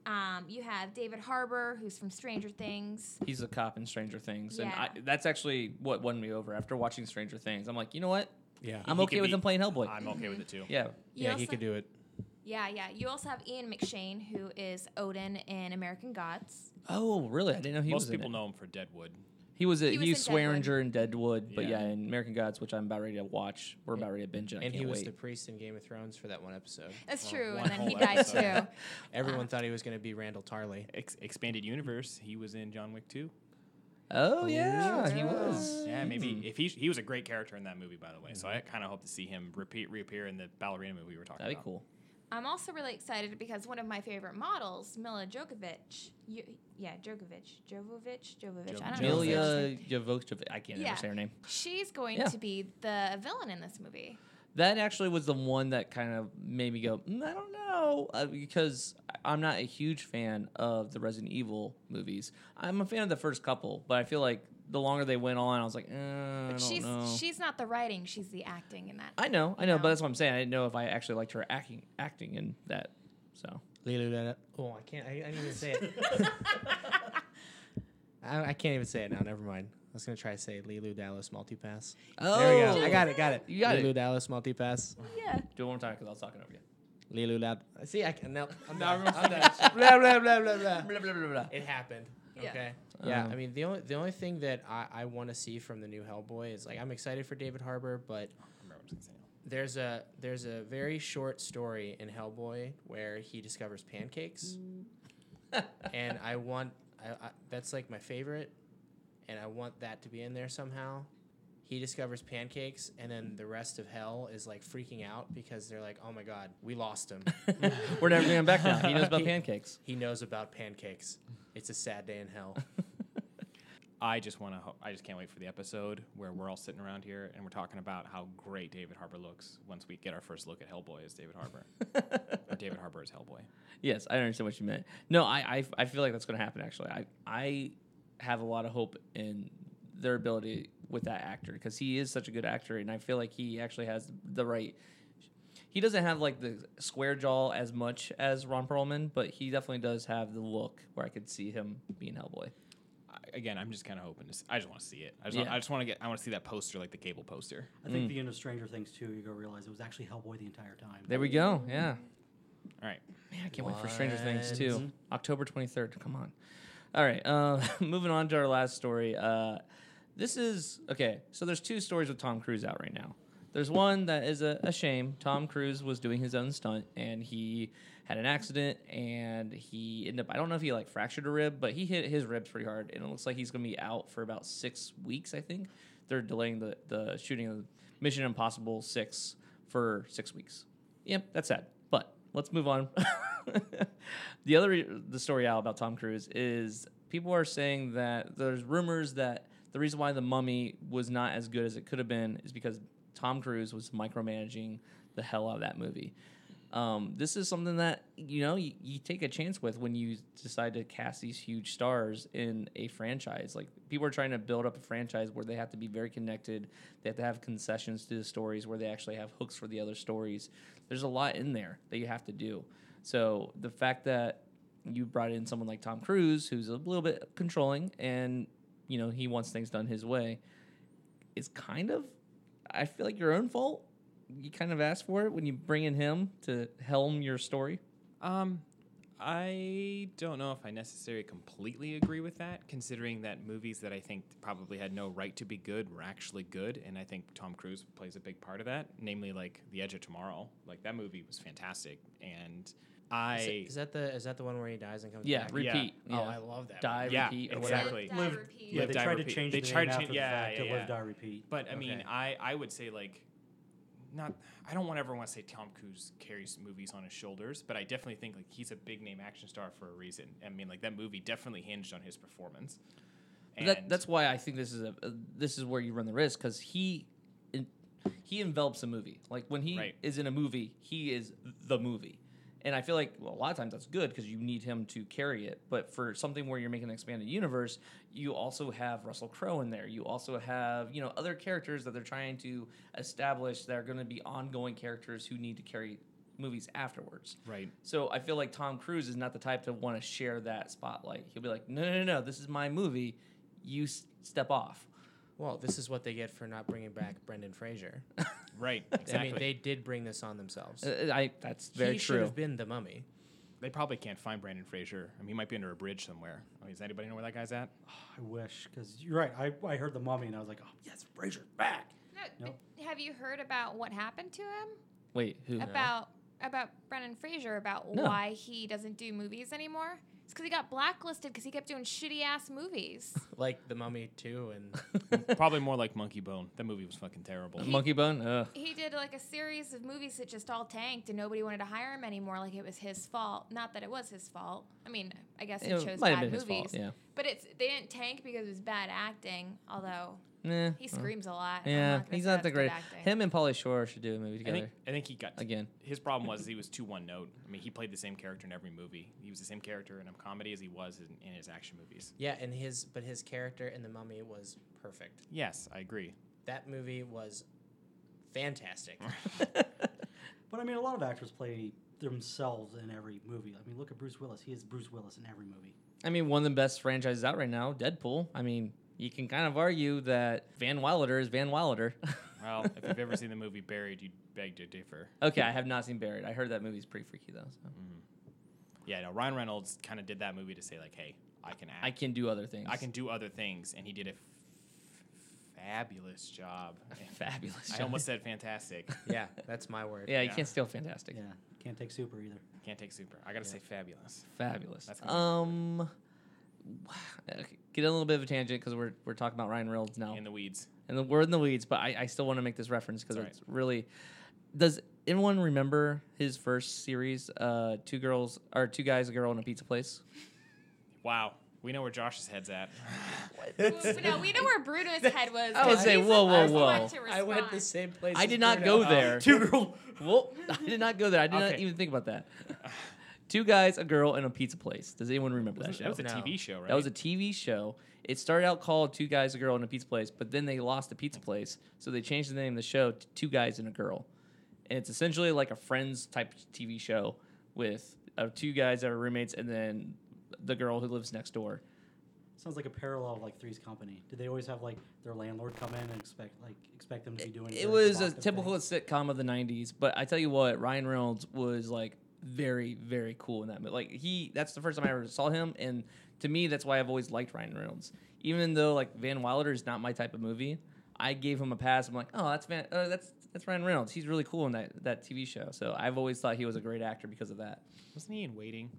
[SPEAKER 5] Um, you have David Harbour, who's from Stranger Things.
[SPEAKER 1] He's a cop in Stranger Things, and
[SPEAKER 5] Yeah.
[SPEAKER 1] I, that's actually what won me over. After watching Stranger Things, I'm like, you know what?
[SPEAKER 3] Yeah.
[SPEAKER 1] I'm
[SPEAKER 4] He
[SPEAKER 1] okay
[SPEAKER 4] could
[SPEAKER 1] with
[SPEAKER 4] be-
[SPEAKER 1] him playing Hellboy.
[SPEAKER 4] I'm okay with it too.
[SPEAKER 1] yeah,
[SPEAKER 5] You
[SPEAKER 3] yeah, he
[SPEAKER 5] also-
[SPEAKER 3] could do it.
[SPEAKER 5] Yeah, yeah. You also have Ian McShane, who is Odin in American Gods.
[SPEAKER 1] Oh, really? I didn't know he was.
[SPEAKER 4] Most
[SPEAKER 1] in
[SPEAKER 4] people
[SPEAKER 1] it.
[SPEAKER 4] know him for Deadwood.
[SPEAKER 1] he was. A,
[SPEAKER 5] He
[SPEAKER 1] he
[SPEAKER 5] was
[SPEAKER 1] was,
[SPEAKER 5] in Deadwood.
[SPEAKER 1] Swearinger in Deadwood, but
[SPEAKER 4] Yeah.
[SPEAKER 1] yeah, in American Gods, which I'm about ready to watch. We're about ready to binge it. I
[SPEAKER 3] And
[SPEAKER 1] can't
[SPEAKER 3] he was
[SPEAKER 1] wait.
[SPEAKER 3] the priest in Game of Thrones for that one episode.
[SPEAKER 5] That's
[SPEAKER 3] Well,
[SPEAKER 1] Oh,
[SPEAKER 5] true.
[SPEAKER 3] one
[SPEAKER 5] And
[SPEAKER 1] [laughs]
[SPEAKER 5] then he
[SPEAKER 3] whole
[SPEAKER 5] died
[SPEAKER 3] episode.
[SPEAKER 5] too.
[SPEAKER 3] Everyone thought he was going to be Randall Tarley.
[SPEAKER 4] Ex- expanded universe. He was in John Wick 2.
[SPEAKER 1] oh yeah, he was.
[SPEAKER 4] Yeah,
[SPEAKER 1] Hmm.
[SPEAKER 4] maybe if he he was a great character in that movie, by the way. So I kind of hope to see him repeat reappear in the ballerina movie we were talking
[SPEAKER 1] That'd be
[SPEAKER 4] about.
[SPEAKER 1] cool.
[SPEAKER 5] I'm also really excited because one of my favorite models, Mila Djokovic, you, yeah, Djokovic, Jovovich, Jovovich, I don't know.
[SPEAKER 3] Jovovich.
[SPEAKER 1] Milia Jovovich. uh, I can't
[SPEAKER 5] Yeah.
[SPEAKER 1] ever say her name.
[SPEAKER 5] She's going
[SPEAKER 1] Yeah.
[SPEAKER 5] to be the villain in this movie.
[SPEAKER 1] That actually was the one that kind of made me go, mm, I don't know, uh, because I- I'm not a huge fan of the Resident Evil movies. I'm a fan of the first couple, but I feel like the longer they went on, I was like, eh, I don't
[SPEAKER 5] she's
[SPEAKER 1] know.
[SPEAKER 5] she's not the writing, she's the acting in that.
[SPEAKER 1] I know, I know,
[SPEAKER 5] No.
[SPEAKER 1] but that's what I'm saying. I didn't know if I actually liked her acting, acting in that. So
[SPEAKER 3] Oh, I can't. I, I didn't even say it. [laughs] I, I can't even say it now. Never mind. I was gonna try to say Lilu Dallas multipass. there
[SPEAKER 1] Oh.
[SPEAKER 3] we go. Oh, I got it. Got it.
[SPEAKER 1] You got it.
[SPEAKER 3] Lilu Dallas multipass.
[SPEAKER 5] yeah.
[SPEAKER 1] Do it one more time because I was talking over you.
[SPEAKER 3] Lilu Lab. See, I can. No, I'm done. I'm done. blah blah blah blah blah.
[SPEAKER 1] Blah, blah, blah, blah.
[SPEAKER 3] It happened.
[SPEAKER 5] Yeah.
[SPEAKER 3] Okay. Yeah.
[SPEAKER 1] Um,
[SPEAKER 3] I mean, the only the only thing that I, I want to see from the new Hellboy is like I'm excited for David Harbour, but
[SPEAKER 4] I remember what I was gonna say now.
[SPEAKER 3] there's a there's a very short story in Hellboy where he discovers [laughs] pancakes, and I want I, I, that's like my favorite, and I want that to be in there somehow. He discovers pancakes, and then the rest of hell is like freaking out because they're like, "Oh my god, we lost him.
[SPEAKER 1] [laughs] We're never going back now. He knows about pancakes.
[SPEAKER 3] he knows about pancakes. It's a sad day
[SPEAKER 1] [laughs]
[SPEAKER 3] in hell."
[SPEAKER 4] I just want to. Ho- I just can't wait for the episode where we're all sitting around here and we're talking about how great David Harbour looks once we get our first look at Hellboy as
[SPEAKER 1] [laughs]
[SPEAKER 4] David Harbour, or David Harbour as Hellboy.
[SPEAKER 1] Yes, I understand what you meant. No, I, I, I feel like that's going to happen. Actually, I, I have a lot of hope in their ability with that actor because he is such a good actor, and I feel like he actually has the right. He doesn't have like the square jaw as much as Ron Perlman, but he definitely does have the look where I could see him being Hellboy.
[SPEAKER 4] I, again, I'm just kind of hoping to. See, I just want to see it. I just.
[SPEAKER 1] Yeah.
[SPEAKER 4] Want, I just want to get. I want to see that poster, like the Cable poster.
[SPEAKER 2] I think the end of Stranger Things too, you go realize it was actually Hellboy the entire time.
[SPEAKER 1] There we go. Yeah.
[SPEAKER 4] All right.
[SPEAKER 1] Man, I can't wait for Stranger Things
[SPEAKER 3] What?
[SPEAKER 1] too. October 23rd. Come on. All right. Uh, [laughs] moving on to our last story. Uh, this is okay. So there's two stories with Tom Cruise out right now. There's one that is a, a shame. Tom Cruise was doing his own stunt and he had an accident and he ended up. I don't know if he like fractured a rib, but he hit his ribs pretty hard and it looks like he's gonna be out for about six weeks. I think they're delaying the the shooting of Mission Impossible Six for six weeks. Yep, that's sad. But let's move on. [laughs] the other the story out about Tom Cruise is people are saying that there's rumors that The reason why The Mummy was not as good as it could have been is because Tom Cruise was micromanaging the hell out of that movie. Um, this is something that you know you, you take a chance with when you decide to cast these huge stars in a franchise. Like people are trying to build up a franchise where they have to be very connected. They have to have concessions to the stories where they actually have hooks for the other stories. There's a lot in there that you have to do. So the fact that you brought in someone like Tom Cruise, who's a little bit controlling, and you know he wants things done his way, is kind of, I feel like your own fault. You kind of asked for it when you bring in him to helm your story.
[SPEAKER 4] Um, I don't know if I necessarily completely agree with that, considering that movies that I think probably had no right to be good were actually good, and I think Tom Cruise plays a big part of that. Namely, like The Edge of Tomorrow, like that movie was fantastic, and I
[SPEAKER 3] Is, it- is that the is that the one where he dies and comes
[SPEAKER 1] Yeah,
[SPEAKER 3] back?
[SPEAKER 4] re-
[SPEAKER 1] repeat.
[SPEAKER 3] Oh,
[SPEAKER 1] Yeah.
[SPEAKER 3] I love that.
[SPEAKER 1] Die,
[SPEAKER 3] movie.
[SPEAKER 4] Yeah,
[SPEAKER 1] repeat, or whatever.
[SPEAKER 4] Exactly.
[SPEAKER 5] Die,
[SPEAKER 2] Live-
[SPEAKER 5] repeat.
[SPEAKER 2] Yeah,
[SPEAKER 4] Live,
[SPEAKER 2] they
[SPEAKER 4] die,
[SPEAKER 2] tried to
[SPEAKER 4] repeat.
[SPEAKER 2] change
[SPEAKER 4] They
[SPEAKER 2] the
[SPEAKER 4] tried
[SPEAKER 2] name
[SPEAKER 4] to
[SPEAKER 2] after
[SPEAKER 4] change-
[SPEAKER 2] the
[SPEAKER 4] yeah,
[SPEAKER 2] fact to
[SPEAKER 4] yeah,
[SPEAKER 2] Live,
[SPEAKER 4] yeah.
[SPEAKER 2] Die, Repeat.
[SPEAKER 4] But I mean,
[SPEAKER 3] Okay.
[SPEAKER 4] I, I would say like, not I don't want everyone to say Tom Cruise carries movies on his shoulders, but I definitely think like he's a big name action star for a reason. I mean, like that movie definitely hinged on his performance.
[SPEAKER 1] But that, that's why I think this is a uh, this is where you run the risk because he in, he envelops a movie. Like when he
[SPEAKER 4] Right.
[SPEAKER 1] is in a movie, he is the movie. And I feel like well, a lot of times that's good because you need him to carry it. But for something where you're making an expanded universe, you also have Russell Crowe in there. You also have you know other characters that they're trying to establish that are going to be ongoing characters who need to carry movies afterwards.
[SPEAKER 4] right.
[SPEAKER 1] So I feel like Tom Cruise is not the type to want to share that spotlight. He'll be like, no, no, no, no, this is my movie. You s- step off.
[SPEAKER 3] Well, this is what they get for not bringing back
[SPEAKER 1] [laughs]
[SPEAKER 3] Brendan Fraser.
[SPEAKER 4] Right.
[SPEAKER 3] [laughs]
[SPEAKER 4] Exactly.
[SPEAKER 3] I mean, they did bring this on themselves.
[SPEAKER 1] Uh, I, that's very
[SPEAKER 3] he should
[SPEAKER 1] true.
[SPEAKER 3] have been the mummy.
[SPEAKER 4] They probably can't find Brandon Fraser. I mean, he might be under a bridge somewhere. I mean, does anybody know where that
[SPEAKER 3] [laughs]
[SPEAKER 4] guy's at?
[SPEAKER 2] I wish, because you're right. I, I heard the mummy and I was like, oh, yes, Fraser back.
[SPEAKER 5] No,
[SPEAKER 2] No.
[SPEAKER 5] but have you heard about what happened to him?
[SPEAKER 1] Wait, who?
[SPEAKER 5] About about Brendan Fraser about
[SPEAKER 1] No.
[SPEAKER 5] why he doesn't do movies anymore? It's because he got blacklisted because he kept doing shitty ass movies.
[SPEAKER 1] [laughs]
[SPEAKER 3] Like the mummy too, and
[SPEAKER 4] probably more like Monkey Bone. That movie was fucking terrible.
[SPEAKER 1] Monkey Bone? Uh, Ugh.
[SPEAKER 5] he did like a series of movies that just all tanked and nobody wanted to hire him anymore. Like it was his fault. Not that it was his fault. I mean, I guess he
[SPEAKER 1] It
[SPEAKER 5] chose
[SPEAKER 1] might have
[SPEAKER 5] bad
[SPEAKER 1] been his
[SPEAKER 5] movies.
[SPEAKER 1] fault, yeah.
[SPEAKER 5] But it's they didn't tank because it was bad acting. Although
[SPEAKER 1] Nah. uh,
[SPEAKER 5] he screams a lot. I'm
[SPEAKER 1] Yeah,
[SPEAKER 5] gonna
[SPEAKER 1] he's
[SPEAKER 5] say
[SPEAKER 1] not the
[SPEAKER 5] that's good
[SPEAKER 1] great.
[SPEAKER 5] acting.
[SPEAKER 1] Him and Polly Shore should do a movie
[SPEAKER 4] I
[SPEAKER 1] together.
[SPEAKER 4] think I think he got
[SPEAKER 1] Again. [laughs]
[SPEAKER 4] His
[SPEAKER 3] [laughs]
[SPEAKER 4] problem was he was too one note. I mean, he played the same character in every movie. He was the same character in a comedy as he was in, in his action movies.
[SPEAKER 3] yeah, and his but his character in the mummy was perfect.
[SPEAKER 4] Yes, I agree.
[SPEAKER 3] That movie was
[SPEAKER 1] [laughs]
[SPEAKER 3] fantastic.
[SPEAKER 2] But I mean, a lot of actors play themselves in every movie. I mean, look at Bruce Willis. He is Bruce Willis in every movie.
[SPEAKER 1] I mean, one of the best franchises out right now, Deadpool. I mean, you can kind of argue that Van Wilder is Van Wilder. [laughs]
[SPEAKER 4] Well, if you've ever seen the movie Buried, you'd beg to differ.
[SPEAKER 1] okay, I have not seen Buried. I heard that movie's pretty freaky though. So.
[SPEAKER 4] Yeah, no, Ryan Reynolds kind of did that movie to say like, hey, I can act.
[SPEAKER 1] I can do other things.
[SPEAKER 4] I can do other things, and he did a f- fabulous
[SPEAKER 3] [laughs]
[SPEAKER 4] job.
[SPEAKER 1] [laughs] Fabulous.
[SPEAKER 4] I
[SPEAKER 1] job.
[SPEAKER 4] almost said fantastic.
[SPEAKER 3] yeah, that's my word.
[SPEAKER 1] Yeah, you
[SPEAKER 4] Yeah.
[SPEAKER 1] can't steal fantastic.
[SPEAKER 2] Yeah, can't take super either.
[SPEAKER 4] Can't take super. I gotta say fabulous.
[SPEAKER 1] Fabulous.
[SPEAKER 4] That's gonna
[SPEAKER 1] Um, [sighs] okay, get a little bit of a tangent because we're, we're talking about Ryan Reynolds now,
[SPEAKER 4] In the weeds.
[SPEAKER 1] and the, we're in the weeds. But I, I still want to make this reference because
[SPEAKER 4] It's
[SPEAKER 1] it's really. Does anyone remember his first series? Uh, two girls or two guys, a girl in a pizza place. [laughs]
[SPEAKER 4] Wow. We know where Josh's head's at.
[SPEAKER 5] Well, no, we know where
[SPEAKER 1] [laughs]
[SPEAKER 5] Bruno's head was.
[SPEAKER 1] I would
[SPEAKER 5] 'cause
[SPEAKER 1] say,
[SPEAKER 5] he's the
[SPEAKER 1] whoa, whoa,
[SPEAKER 5] first one
[SPEAKER 1] whoa.
[SPEAKER 5] to
[SPEAKER 3] I went
[SPEAKER 5] respond.
[SPEAKER 3] the same place.
[SPEAKER 1] I
[SPEAKER 3] as
[SPEAKER 1] did not
[SPEAKER 3] Bruno. Oh.
[SPEAKER 1] go there. [laughs]
[SPEAKER 2] Two girls.
[SPEAKER 1] Well, I did not go there. I did not
[SPEAKER 4] Okay.
[SPEAKER 1] even think about
[SPEAKER 4] [laughs]
[SPEAKER 1] that. Two guys, a girl, and a pizza place. Does anyone remember that show?
[SPEAKER 4] That was
[SPEAKER 3] No.
[SPEAKER 4] a TV show, right?
[SPEAKER 1] That was a TV show. It started out called Two Guys, a Girl, and a Pizza Place, but then they lost the pizza place, so they changed the name of the show to Two Guys and a Girl. And it's essentially like a Friends type TV show with uh, two guys that are roommates and then the girl who lives next door.
[SPEAKER 2] Sounds like a parallel of like Three's Company. Did they always have like their landlord come in and expect like expect them to be doing?
[SPEAKER 1] It
[SPEAKER 2] very
[SPEAKER 1] was a
[SPEAKER 2] provocative
[SPEAKER 1] typical
[SPEAKER 2] things?
[SPEAKER 1] sitcom of the '90s, but I tell you what, Ryan Reynolds was like very, very cool in that movie. Like he, that's the first time I ever saw him, and to me, that's why I've always liked Ryan Reynolds. Even though like Van Wilder is not my type of movie, I gave him a pass. I'm like, oh, that's Van, uh, that's that's Ryan Reynolds. He's really cool in that that TV show. So I've always thought he was a great actor because of that.
[SPEAKER 4] Wasn't he in Waiting?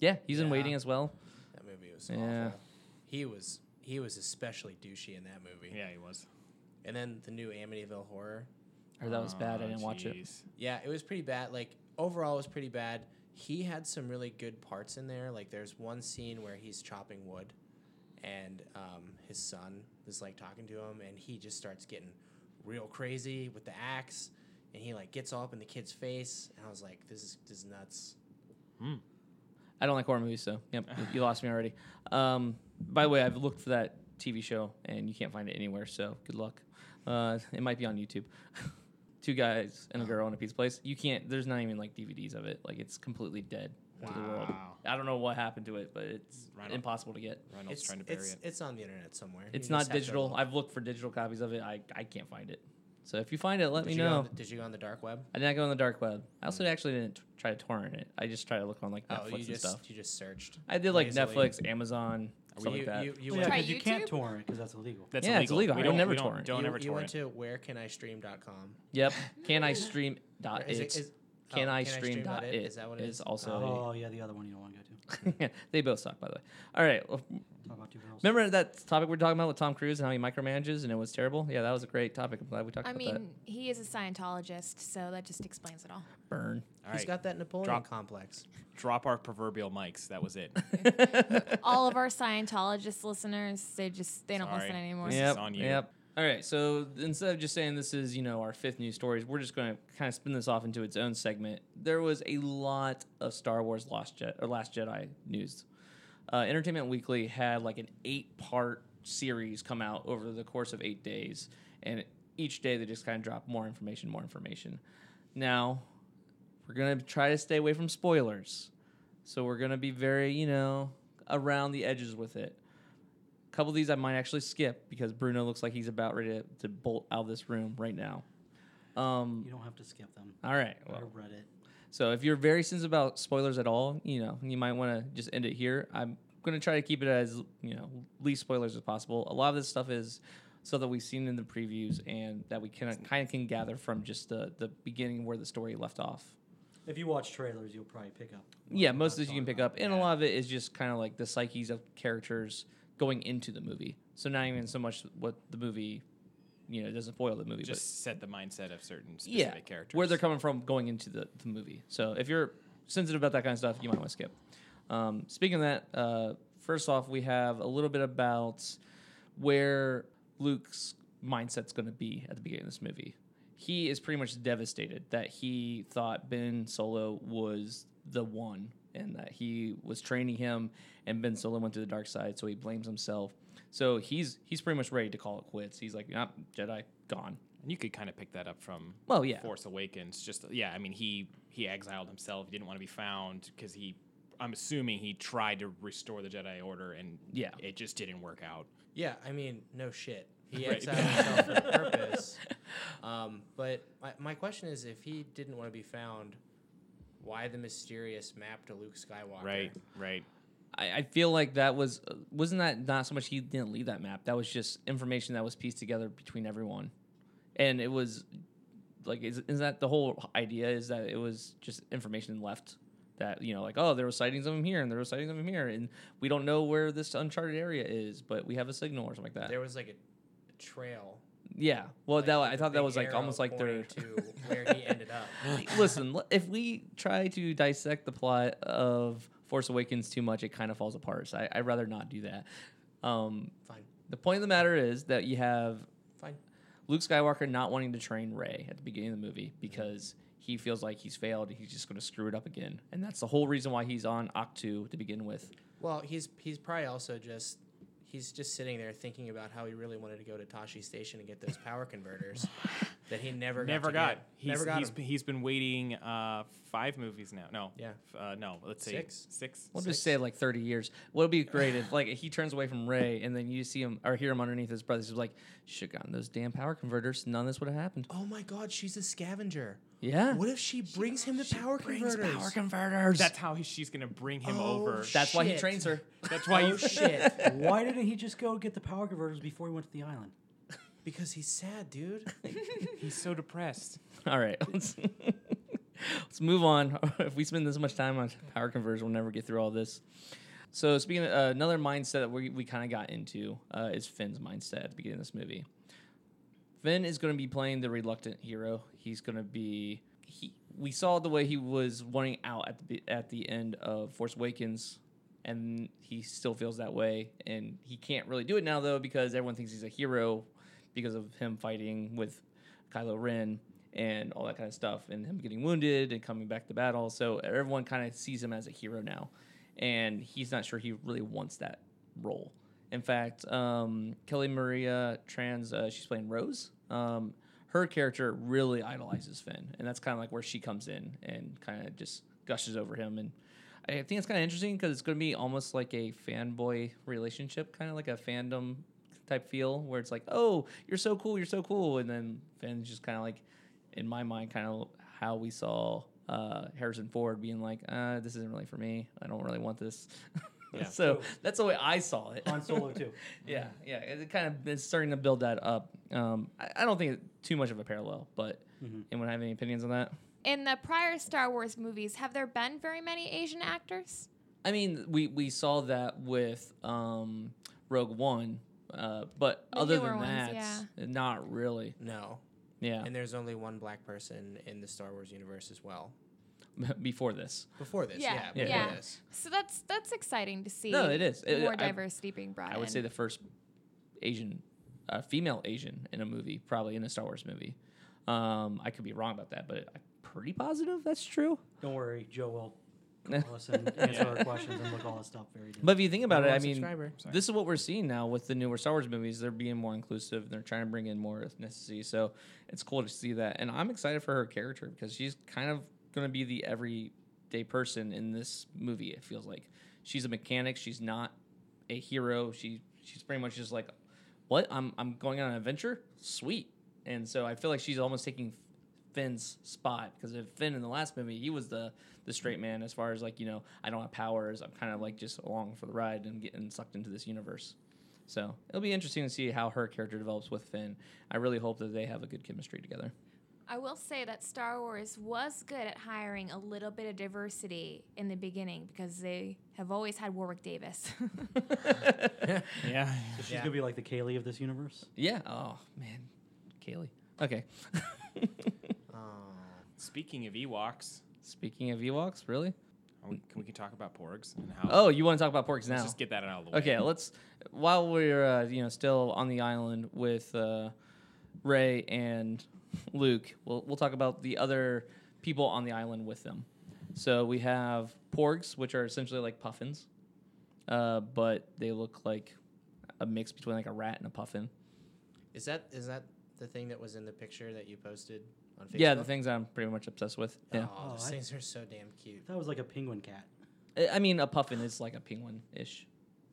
[SPEAKER 1] Yeah, he's in
[SPEAKER 3] Yeah.
[SPEAKER 1] Waiting as well.
[SPEAKER 3] That movie was
[SPEAKER 1] Yeah.
[SPEAKER 3] awful. He was he was especially douchey in that movie.
[SPEAKER 4] Yeah, he was.
[SPEAKER 3] And then the new Amityville horror.
[SPEAKER 1] Or that was bad. I
[SPEAKER 4] Oh,
[SPEAKER 1] didn't watch it.
[SPEAKER 4] jeez.
[SPEAKER 3] Yeah, it was pretty bad. Like overall, it was pretty bad. He had some really good parts in there. Like there's one scene where he's chopping wood, and um, his son is like talking to him, and he just starts getting real crazy with the axe, and he like gets all up in the kid's face, and I was like, this is this is nuts.
[SPEAKER 1] I don't like horror movies, so yep, you- you lost me already. Um, by the way, I've looked for that TV show and you can't find it anywhere. So good luck. Uh, it might be on YouTube. [laughs] Two guys and a girl in a pizza place. You can't. There's not even like DVDs of it. Like it's completely dead to the world.
[SPEAKER 4] Wow.
[SPEAKER 1] I don't know what happened to it, but it's
[SPEAKER 4] Right on.
[SPEAKER 1] impossible to get.
[SPEAKER 4] Reynolds
[SPEAKER 3] it's
[SPEAKER 4] trying to bury
[SPEAKER 3] it's,
[SPEAKER 4] it.
[SPEAKER 3] it's on the internet somewhere.
[SPEAKER 1] It's
[SPEAKER 3] You just
[SPEAKER 1] not
[SPEAKER 3] have to
[SPEAKER 1] digital.
[SPEAKER 3] look.
[SPEAKER 1] I've looked for digital copies of it. I, I can't find it. So if you find it, let
[SPEAKER 3] Did
[SPEAKER 1] me
[SPEAKER 3] you go on
[SPEAKER 1] know.
[SPEAKER 3] the- did you go on the dark web?
[SPEAKER 1] I did not go on the dark web. I also actually didn't t- try to torrent it. I just tried to look on like
[SPEAKER 3] Oh,
[SPEAKER 1] Netflix
[SPEAKER 3] you
[SPEAKER 1] and
[SPEAKER 3] just
[SPEAKER 1] stuff.
[SPEAKER 3] you just searched.
[SPEAKER 1] I did like
[SPEAKER 3] lazily.
[SPEAKER 1] Netflix, Amazon,
[SPEAKER 4] Are
[SPEAKER 1] stuff
[SPEAKER 4] you-
[SPEAKER 1] like that.
[SPEAKER 3] You, you
[SPEAKER 2] Well,
[SPEAKER 3] went,
[SPEAKER 2] Oh, yeah,
[SPEAKER 5] Try
[SPEAKER 2] because you can't
[SPEAKER 5] YouTube?
[SPEAKER 2] torrent because that's illegal.
[SPEAKER 4] That's
[SPEAKER 1] Yeah, it's illegal.
[SPEAKER 4] We
[SPEAKER 1] I
[SPEAKER 4] don't,
[SPEAKER 1] would never
[SPEAKER 4] we don't,
[SPEAKER 1] torrent.
[SPEAKER 4] Don't
[SPEAKER 3] you,
[SPEAKER 4] ever
[SPEAKER 3] you went
[SPEAKER 4] torrent.
[SPEAKER 3] to wherecanistream.com.
[SPEAKER 1] Yep.
[SPEAKER 3] [laughs]
[SPEAKER 1] Can I stream dot
[SPEAKER 3] Is
[SPEAKER 1] it? [laughs]
[SPEAKER 3] is- oh,
[SPEAKER 1] Can I stream
[SPEAKER 3] dot
[SPEAKER 1] dot it?
[SPEAKER 3] Is that what it
[SPEAKER 1] is
[SPEAKER 3] is?
[SPEAKER 1] also
[SPEAKER 2] Oh yeah, the other one you don't want to go to.
[SPEAKER 1] a- they both suck by the way. All right. Well,
[SPEAKER 2] Talk about two girls.
[SPEAKER 1] remember that topic we were talking about with Tom Cruise and how he micromanages and it was terrible? Yeah, that was a great topic. I'm glad we talked
[SPEAKER 5] I
[SPEAKER 1] about
[SPEAKER 5] mean,
[SPEAKER 1] that.
[SPEAKER 5] he is a Scientologist, so that just explains it all.
[SPEAKER 1] Burn.
[SPEAKER 4] All
[SPEAKER 3] Oh, He's
[SPEAKER 4] right,
[SPEAKER 3] got that Napoleon
[SPEAKER 4] Drop-
[SPEAKER 3] complex.
[SPEAKER 4] drop our proverbial mics.
[SPEAKER 1] [laughs]
[SPEAKER 4] That was it.
[SPEAKER 5] all of our Scientologist listeners, they just they don't
[SPEAKER 4] Sorry.
[SPEAKER 5] listen anymore.
[SPEAKER 4] This Yeah. is on you.
[SPEAKER 1] Yep. All right. So instead of just saying this is, you know, our fifth news stories, we're just going to kind of spin this off into its own segment. There was a lot of Star Wars Lost Jedi or Last Jedi news. Uh, Entertainment Weekly had like an eight-part series come out over the course of eight days, and each day they just kind of dropped more information, more information. Now, we're gonna try to stay away from spoilers, so we're gonna be very, you know, around the edges with it couple of these I might actually skip because Bruno looks like he's about ready to, to bolt out of this room right now. Um,
[SPEAKER 2] You don't have to skip them.
[SPEAKER 1] all right.
[SPEAKER 2] I
[SPEAKER 1] Well,
[SPEAKER 2] read it.
[SPEAKER 1] so if you're very sensitive about spoilers at all, you know, you might want to just end it here. I'm going to try to keep it as, you know, least spoilers as possible. A lot of this stuff is stuff that we've seen in the previews and that we can kind of can gather from just the, the beginning where the story left off.
[SPEAKER 2] If you watch trailers, you'll probably pick up. what
[SPEAKER 1] Yeah,
[SPEAKER 2] we're
[SPEAKER 1] most of
[SPEAKER 2] not
[SPEAKER 1] this you can
[SPEAKER 2] talking
[SPEAKER 1] pick
[SPEAKER 2] about.
[SPEAKER 1] up, and a lot of it is just kind of like the psyches of characters going into the movie. So not even so much what the movie, you know, it doesn't spoil the movie,
[SPEAKER 4] Just set the mindset of certain
[SPEAKER 1] but
[SPEAKER 4] specific
[SPEAKER 1] yeah,
[SPEAKER 4] characters.
[SPEAKER 1] where they're coming from going into the, the movie. So if you're sensitive about that kind of stuff, you might want to skip. Um, speaking of that, uh, first off, we have a little bit about where Luke's mindset's going to be at the beginning of this movie. He is pretty much devastated that he thought Ben Solo was the one and that he was training him and Ben Solo went to the dark side, so he blames himself. So he's he's pretty much ready to call it quits. He's like, "Nah, Jedi gone."
[SPEAKER 4] And you could kind of pick that up from
[SPEAKER 1] Well, yeah.
[SPEAKER 4] Force Awakens. Just yeah, I mean he he exiled himself. He didn't want to be found because he. I'm assuming he tried to restore the Jedi Order and
[SPEAKER 1] Yeah.
[SPEAKER 4] it just didn't work out.
[SPEAKER 3] Yeah, I mean, no shit. He
[SPEAKER 4] Right.
[SPEAKER 3] exiled
[SPEAKER 1] [laughs]
[SPEAKER 3] himself on purpose. Um, but my, my question is, if he didn't want to be found, why the mysterious map to Luke Skywalker?
[SPEAKER 4] Right, right.
[SPEAKER 1] I, I feel like that was uh, wasn't that not so much he didn't leave that map. That was just information that was pieced together between everyone, and it was like is, is that the whole idea is that it was just information left that you know like oh there were sightings of him here and there were sightings of him here and we don't know where this uncharted area is but we have a signal or something like that
[SPEAKER 3] There was like a, a trail.
[SPEAKER 1] yeah well
[SPEAKER 3] like,
[SPEAKER 1] that
[SPEAKER 3] with
[SPEAKER 1] I
[SPEAKER 3] a
[SPEAKER 1] thought that
[SPEAKER 3] big
[SPEAKER 1] was like
[SPEAKER 3] arrow
[SPEAKER 1] almost like their
[SPEAKER 3] pointing to
[SPEAKER 1] [laughs]
[SPEAKER 3] where he ended up.
[SPEAKER 1] listen l- if we try to dissect the plot of Force Awakens too much it kind of falls apart so I, I'd rather not do that um,
[SPEAKER 3] Fine,
[SPEAKER 1] The point of the matter is that you have
[SPEAKER 3] fine.
[SPEAKER 1] Luke Skywalker not wanting to train Rey at the beginning of the movie because he feels like he's failed and he's just going to screw it up again. And that's the whole reason why he's on Octu to begin with.
[SPEAKER 3] Well, he's he's probably also just he's just sitting there thinking about how he really wanted to go to Tashi Station and get those power converters that he never got.
[SPEAKER 4] Never got.
[SPEAKER 3] to get.
[SPEAKER 4] He's,
[SPEAKER 3] never got.
[SPEAKER 4] he's,
[SPEAKER 3] them.
[SPEAKER 4] he's been waiting uh, five movies now. No.
[SPEAKER 3] Yeah.
[SPEAKER 4] f- Uh, no. Let's say
[SPEAKER 3] Six.
[SPEAKER 4] Six.
[SPEAKER 1] We'll
[SPEAKER 3] Six.
[SPEAKER 1] just say like 30 years. What would be great if like he turns away from Rey and then you see him or hear him underneath his breath. He's like, should have gotten those damn power converters. None of this would have happened.
[SPEAKER 3] Oh my God, she's a scavenger.
[SPEAKER 1] Yeah.
[SPEAKER 3] What if she brings him the power
[SPEAKER 1] Brings
[SPEAKER 3] converters?
[SPEAKER 1] power converters.
[SPEAKER 4] That's how he, she's gonna bring him
[SPEAKER 3] Oh,
[SPEAKER 4] over.
[SPEAKER 3] sh-
[SPEAKER 1] That's why he
[SPEAKER 3] shit.
[SPEAKER 1] trains her.
[SPEAKER 3] [laughs]
[SPEAKER 4] That's why
[SPEAKER 3] oh
[SPEAKER 4] you.
[SPEAKER 3] shit!
[SPEAKER 2] [laughs] Why didn't he just go get the power converters before he went to the island?
[SPEAKER 3] Because he's sad, dude.
[SPEAKER 4] He's so depressed.
[SPEAKER 1] [laughs] All right, let's, [laughs] let's move on. [laughs] If we spend this much time on power converters, we'll never get through all this. So, speaking of uh, another mindset that we, we kind of got into uh, is Finn's mindset at the beginning of this movie. Finn is going to be playing the reluctant hero. He's going to be he. We saw the way he was wanting out at the be- at the end of Force Awakens. and he still feels that way, and he can't really do it now though because everyone thinks he's a hero because of him fighting with Kylo Ren and all that kind of stuff, and him getting wounded and coming back to battle. So everyone kind of sees him as a hero now, and he's not sure he really wants that role. In fact, um, Kelly Maria Trans, uh, she's playing Rose. Um, her character really idolizes Finn, and that's kind of like where she comes in and kind of just gushes over him. And I think it's kind of interesting because it's going to be almost like a fanboy relationship, kind of like a fandom type feel, where it's like, "Oh, you're so cool, you're so cool," and then Finn's just kind of like, in my mind, kind of how we saw uh, Harrison Ford being like, uh, "This isn't really for me. I don't really want this." [laughs]
[SPEAKER 4] Yeah.
[SPEAKER 1] so that's the way I saw it. [laughs]
[SPEAKER 2] on Solo too.
[SPEAKER 1] Yeah, yeah. It it kind of is starting to build that up. Um, I, I don't think it's too much of a parallel, but anyone have any opinions on that?
[SPEAKER 5] In the prior Star Wars movies, have there been very many Asian actors?
[SPEAKER 1] I mean, we we saw that with um, Rogue One, uh, but
[SPEAKER 5] The
[SPEAKER 1] other
[SPEAKER 5] newer
[SPEAKER 1] than
[SPEAKER 5] ones,
[SPEAKER 1] that,
[SPEAKER 5] yeah.
[SPEAKER 1] not really.
[SPEAKER 3] No.
[SPEAKER 1] Yeah,
[SPEAKER 3] And there's only one black person in the Star Wars universe as well.
[SPEAKER 1] [laughs] before this.
[SPEAKER 3] Before this,
[SPEAKER 5] Yeah,
[SPEAKER 3] yeah. before
[SPEAKER 5] yeah.
[SPEAKER 3] this.
[SPEAKER 5] So that's that's exciting to see.
[SPEAKER 1] No, it is. It-
[SPEAKER 5] more
[SPEAKER 1] I-
[SPEAKER 5] diversity being brought in.
[SPEAKER 1] I would say the first Asian, uh, female Asian in a movie, probably in a Star Wars movie. Um, I could be wrong about that, but I'm pretty positive that's true.
[SPEAKER 2] Don't worry, Joe will
[SPEAKER 1] [laughs]
[SPEAKER 2] call us and answer our questions and look all this stuff very.
[SPEAKER 1] But if you think about it,
[SPEAKER 3] Number
[SPEAKER 1] I
[SPEAKER 3] one
[SPEAKER 1] mean,
[SPEAKER 3] subscriber.
[SPEAKER 1] this is what we're seeing now with the newer Star Wars movies. They're being more inclusive. They're trying to bring in more ethnicity. So it's cool to see that. And I'm excited for her character because she's kind of going to be the everyday person in this movie. It feels like she's a mechanic. She's not a hero. She she's pretty much just like, what? I'm I'm going on an adventure. Sweet. And so I feel like she's almost taking Finn's spot because if Finn in the last movie he was the the straight man as far as like you know I don't have powers I'm kind of like just along for the ride and getting sucked into this universe. So it'll be interesting to see how her character develops with Finn. I really hope that they have a good chemistry together. [laughs]
[SPEAKER 5] I will say that Star Wars was good at hiring a little bit of diversity in the beginning because they have always had Warwick Davis. [laughs]
[SPEAKER 4] Yeah.
[SPEAKER 2] So she's
[SPEAKER 3] Yeah.
[SPEAKER 2] gonna be like the Kaylee of this universe.
[SPEAKER 1] yeah. Oh man, Kaylee. Okay.
[SPEAKER 4] [laughs]
[SPEAKER 1] [laughs]
[SPEAKER 3] Um,
[SPEAKER 4] Speaking of Ewoks,
[SPEAKER 1] Speaking of Ewoks, really?
[SPEAKER 4] are we, can we can talk about porgs and how.
[SPEAKER 1] Oh, you want to talk about porks now?
[SPEAKER 4] Let's just get that out of the way.
[SPEAKER 1] Okay, let's. While we're uh, you know still on the island with uh, Ray and Luke, we'll we'll talk about the other people on the island with them. So we have porgs, which are essentially like puffins, uh, but they look like a mix between like a rat and a puffin.
[SPEAKER 3] Is that is that the thing that was in the picture that you posted on Facebook?
[SPEAKER 1] Yeah, the things I'm pretty much obsessed with. Yeah,
[SPEAKER 3] Oh, those
[SPEAKER 2] Oh, I-
[SPEAKER 3] things are so damn cute.
[SPEAKER 2] That was like a penguin cat.
[SPEAKER 1] I- I mean a puffin is like a penguin ish.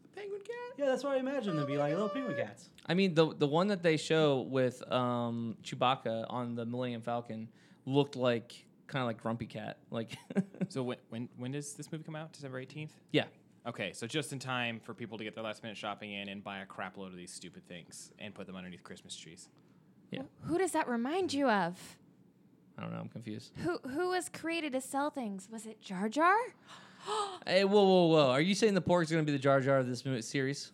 [SPEAKER 3] The penguin cat.
[SPEAKER 2] Yeah, that's what I imagined them to be like little penguin cats.
[SPEAKER 1] I mean the the one that they show with um, Chewbacca on the Millennium Falcon looked like kind of like Grumpy Cat, like [laughs]
[SPEAKER 4] So when, when when does this movie come out? December eighteenth.
[SPEAKER 1] yeah.
[SPEAKER 4] Okay, so just in time for people to get their last minute shopping in and buy a crap load of these stupid things and put them underneath Christmas trees.
[SPEAKER 5] Who does that remind you of?
[SPEAKER 1] I don't know. I'm confused.
[SPEAKER 5] Who who was created to sell things? Was it Jar Jar?
[SPEAKER 1] Hey, whoa, whoa, whoa! Are you saying the pork's gonna be the Jar Jar of this mo- series?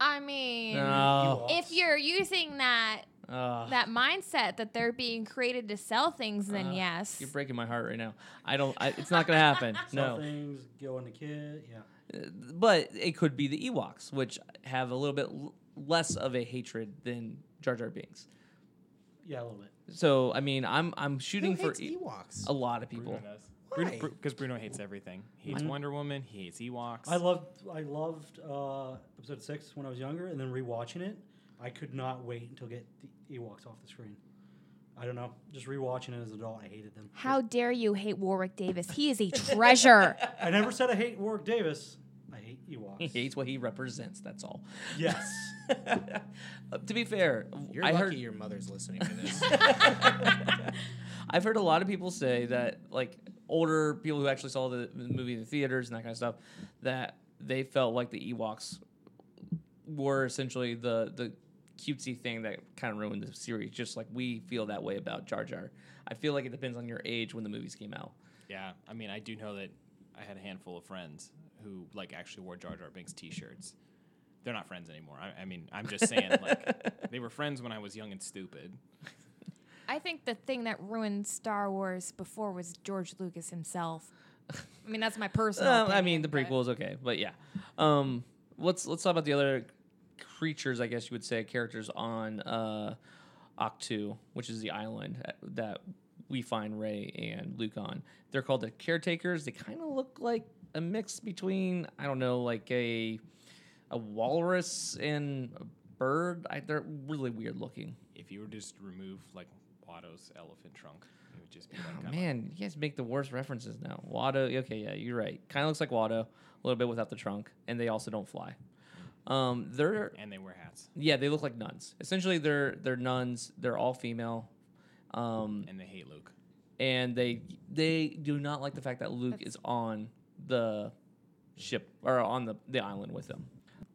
[SPEAKER 5] I mean,
[SPEAKER 1] No. Ah,
[SPEAKER 5] if you're using that
[SPEAKER 1] Ugh,
[SPEAKER 5] that mindset that they're being created to sell things, then
[SPEAKER 1] Uh,
[SPEAKER 5] yes.
[SPEAKER 1] you're breaking my heart right now. I don't. I, it's not gonna happen.
[SPEAKER 3] [laughs]
[SPEAKER 2] Some
[SPEAKER 1] no.
[SPEAKER 2] things go in the kid. Yeah.
[SPEAKER 1] But it could be the Ewoks, which have a little bit l- less of a hatred than Jar Jar Binks.
[SPEAKER 2] Yeah, a little bit.
[SPEAKER 1] So I mean, I'm I'm
[SPEAKER 3] Who
[SPEAKER 1] shooting for
[SPEAKER 3] hates
[SPEAKER 1] E-
[SPEAKER 3] Ewoks?
[SPEAKER 1] a lot of people.
[SPEAKER 4] Bruno,
[SPEAKER 3] Why? Mm-hmm.
[SPEAKER 4] because Bruno hates everything. He hates Wonder Woman. He hates Ewoks.
[SPEAKER 2] I loved I loved uh, episode six when I was younger, and then rewatching it, I could not wait until get the Ewoks off the screen. I don't know, just rewatching it as an adult, I hated them.
[SPEAKER 5] How dare you hate Warwick Davis? He is a
[SPEAKER 1] [laughs]
[SPEAKER 5] treasure.
[SPEAKER 2] I never said I hate Warwick Davis. I hate
[SPEAKER 1] He
[SPEAKER 2] Ewoks.
[SPEAKER 1] hates what he represents. That's all. [laughs]
[SPEAKER 2] yes.
[SPEAKER 1] Uh, to be fair,
[SPEAKER 3] You're
[SPEAKER 1] I
[SPEAKER 3] lucky
[SPEAKER 1] heard
[SPEAKER 3] your mother's listening to [laughs] this.
[SPEAKER 1] I've heard a lot of people say that, like older people who actually saw the the movie in the theaters and that kind of stuff, that they felt like the Ewoks were essentially the the cutesy thing that kind of ruined the series. Just like we feel that way about Jar Jar. I feel like it depends on your age when the movies came out.
[SPEAKER 4] yeah, I mean, I do know that I had a handful of friends who like actually wore Jar Jar Binks T-shirts. They're not friends anymore. I, I mean, I'm just saying,
[SPEAKER 1] [laughs]
[SPEAKER 4] like, they were friends when I was young and stupid.
[SPEAKER 5] I think the thing that ruined Star Wars before was George Lucas himself. I mean, that's my personal.
[SPEAKER 1] Um, I mean,
[SPEAKER 5] opinion,
[SPEAKER 1] the
[SPEAKER 5] but-
[SPEAKER 1] prequel is okay, but yeah. Um, let's let's talk about the other creatures. I guess you would say characters on uh, Octu, which is the island at- that we find Ray and Luke on. They're called the caretakers. They kind of look like a mix between I don't know, like a a walrus and a bird. I, they're really weird looking.
[SPEAKER 4] If you were just to remove like Watto's elephant trunk, it would just be like um,
[SPEAKER 1] Oh,
[SPEAKER 4] kinda-
[SPEAKER 1] man, you guys make the worst references now. Watto, okay, yeah, you're right. Kind of looks like Watto, a little bit without the trunk, and they also don't fly. Um, they're
[SPEAKER 4] And they wear hats
[SPEAKER 1] yeah, they look like nuns. Essentially, they're they're nuns. They're all female, um,
[SPEAKER 4] and they hate Luke.
[SPEAKER 1] and they they do not like the fact that Luke
[SPEAKER 5] That's-
[SPEAKER 1] is on the ship or on the, the island with them.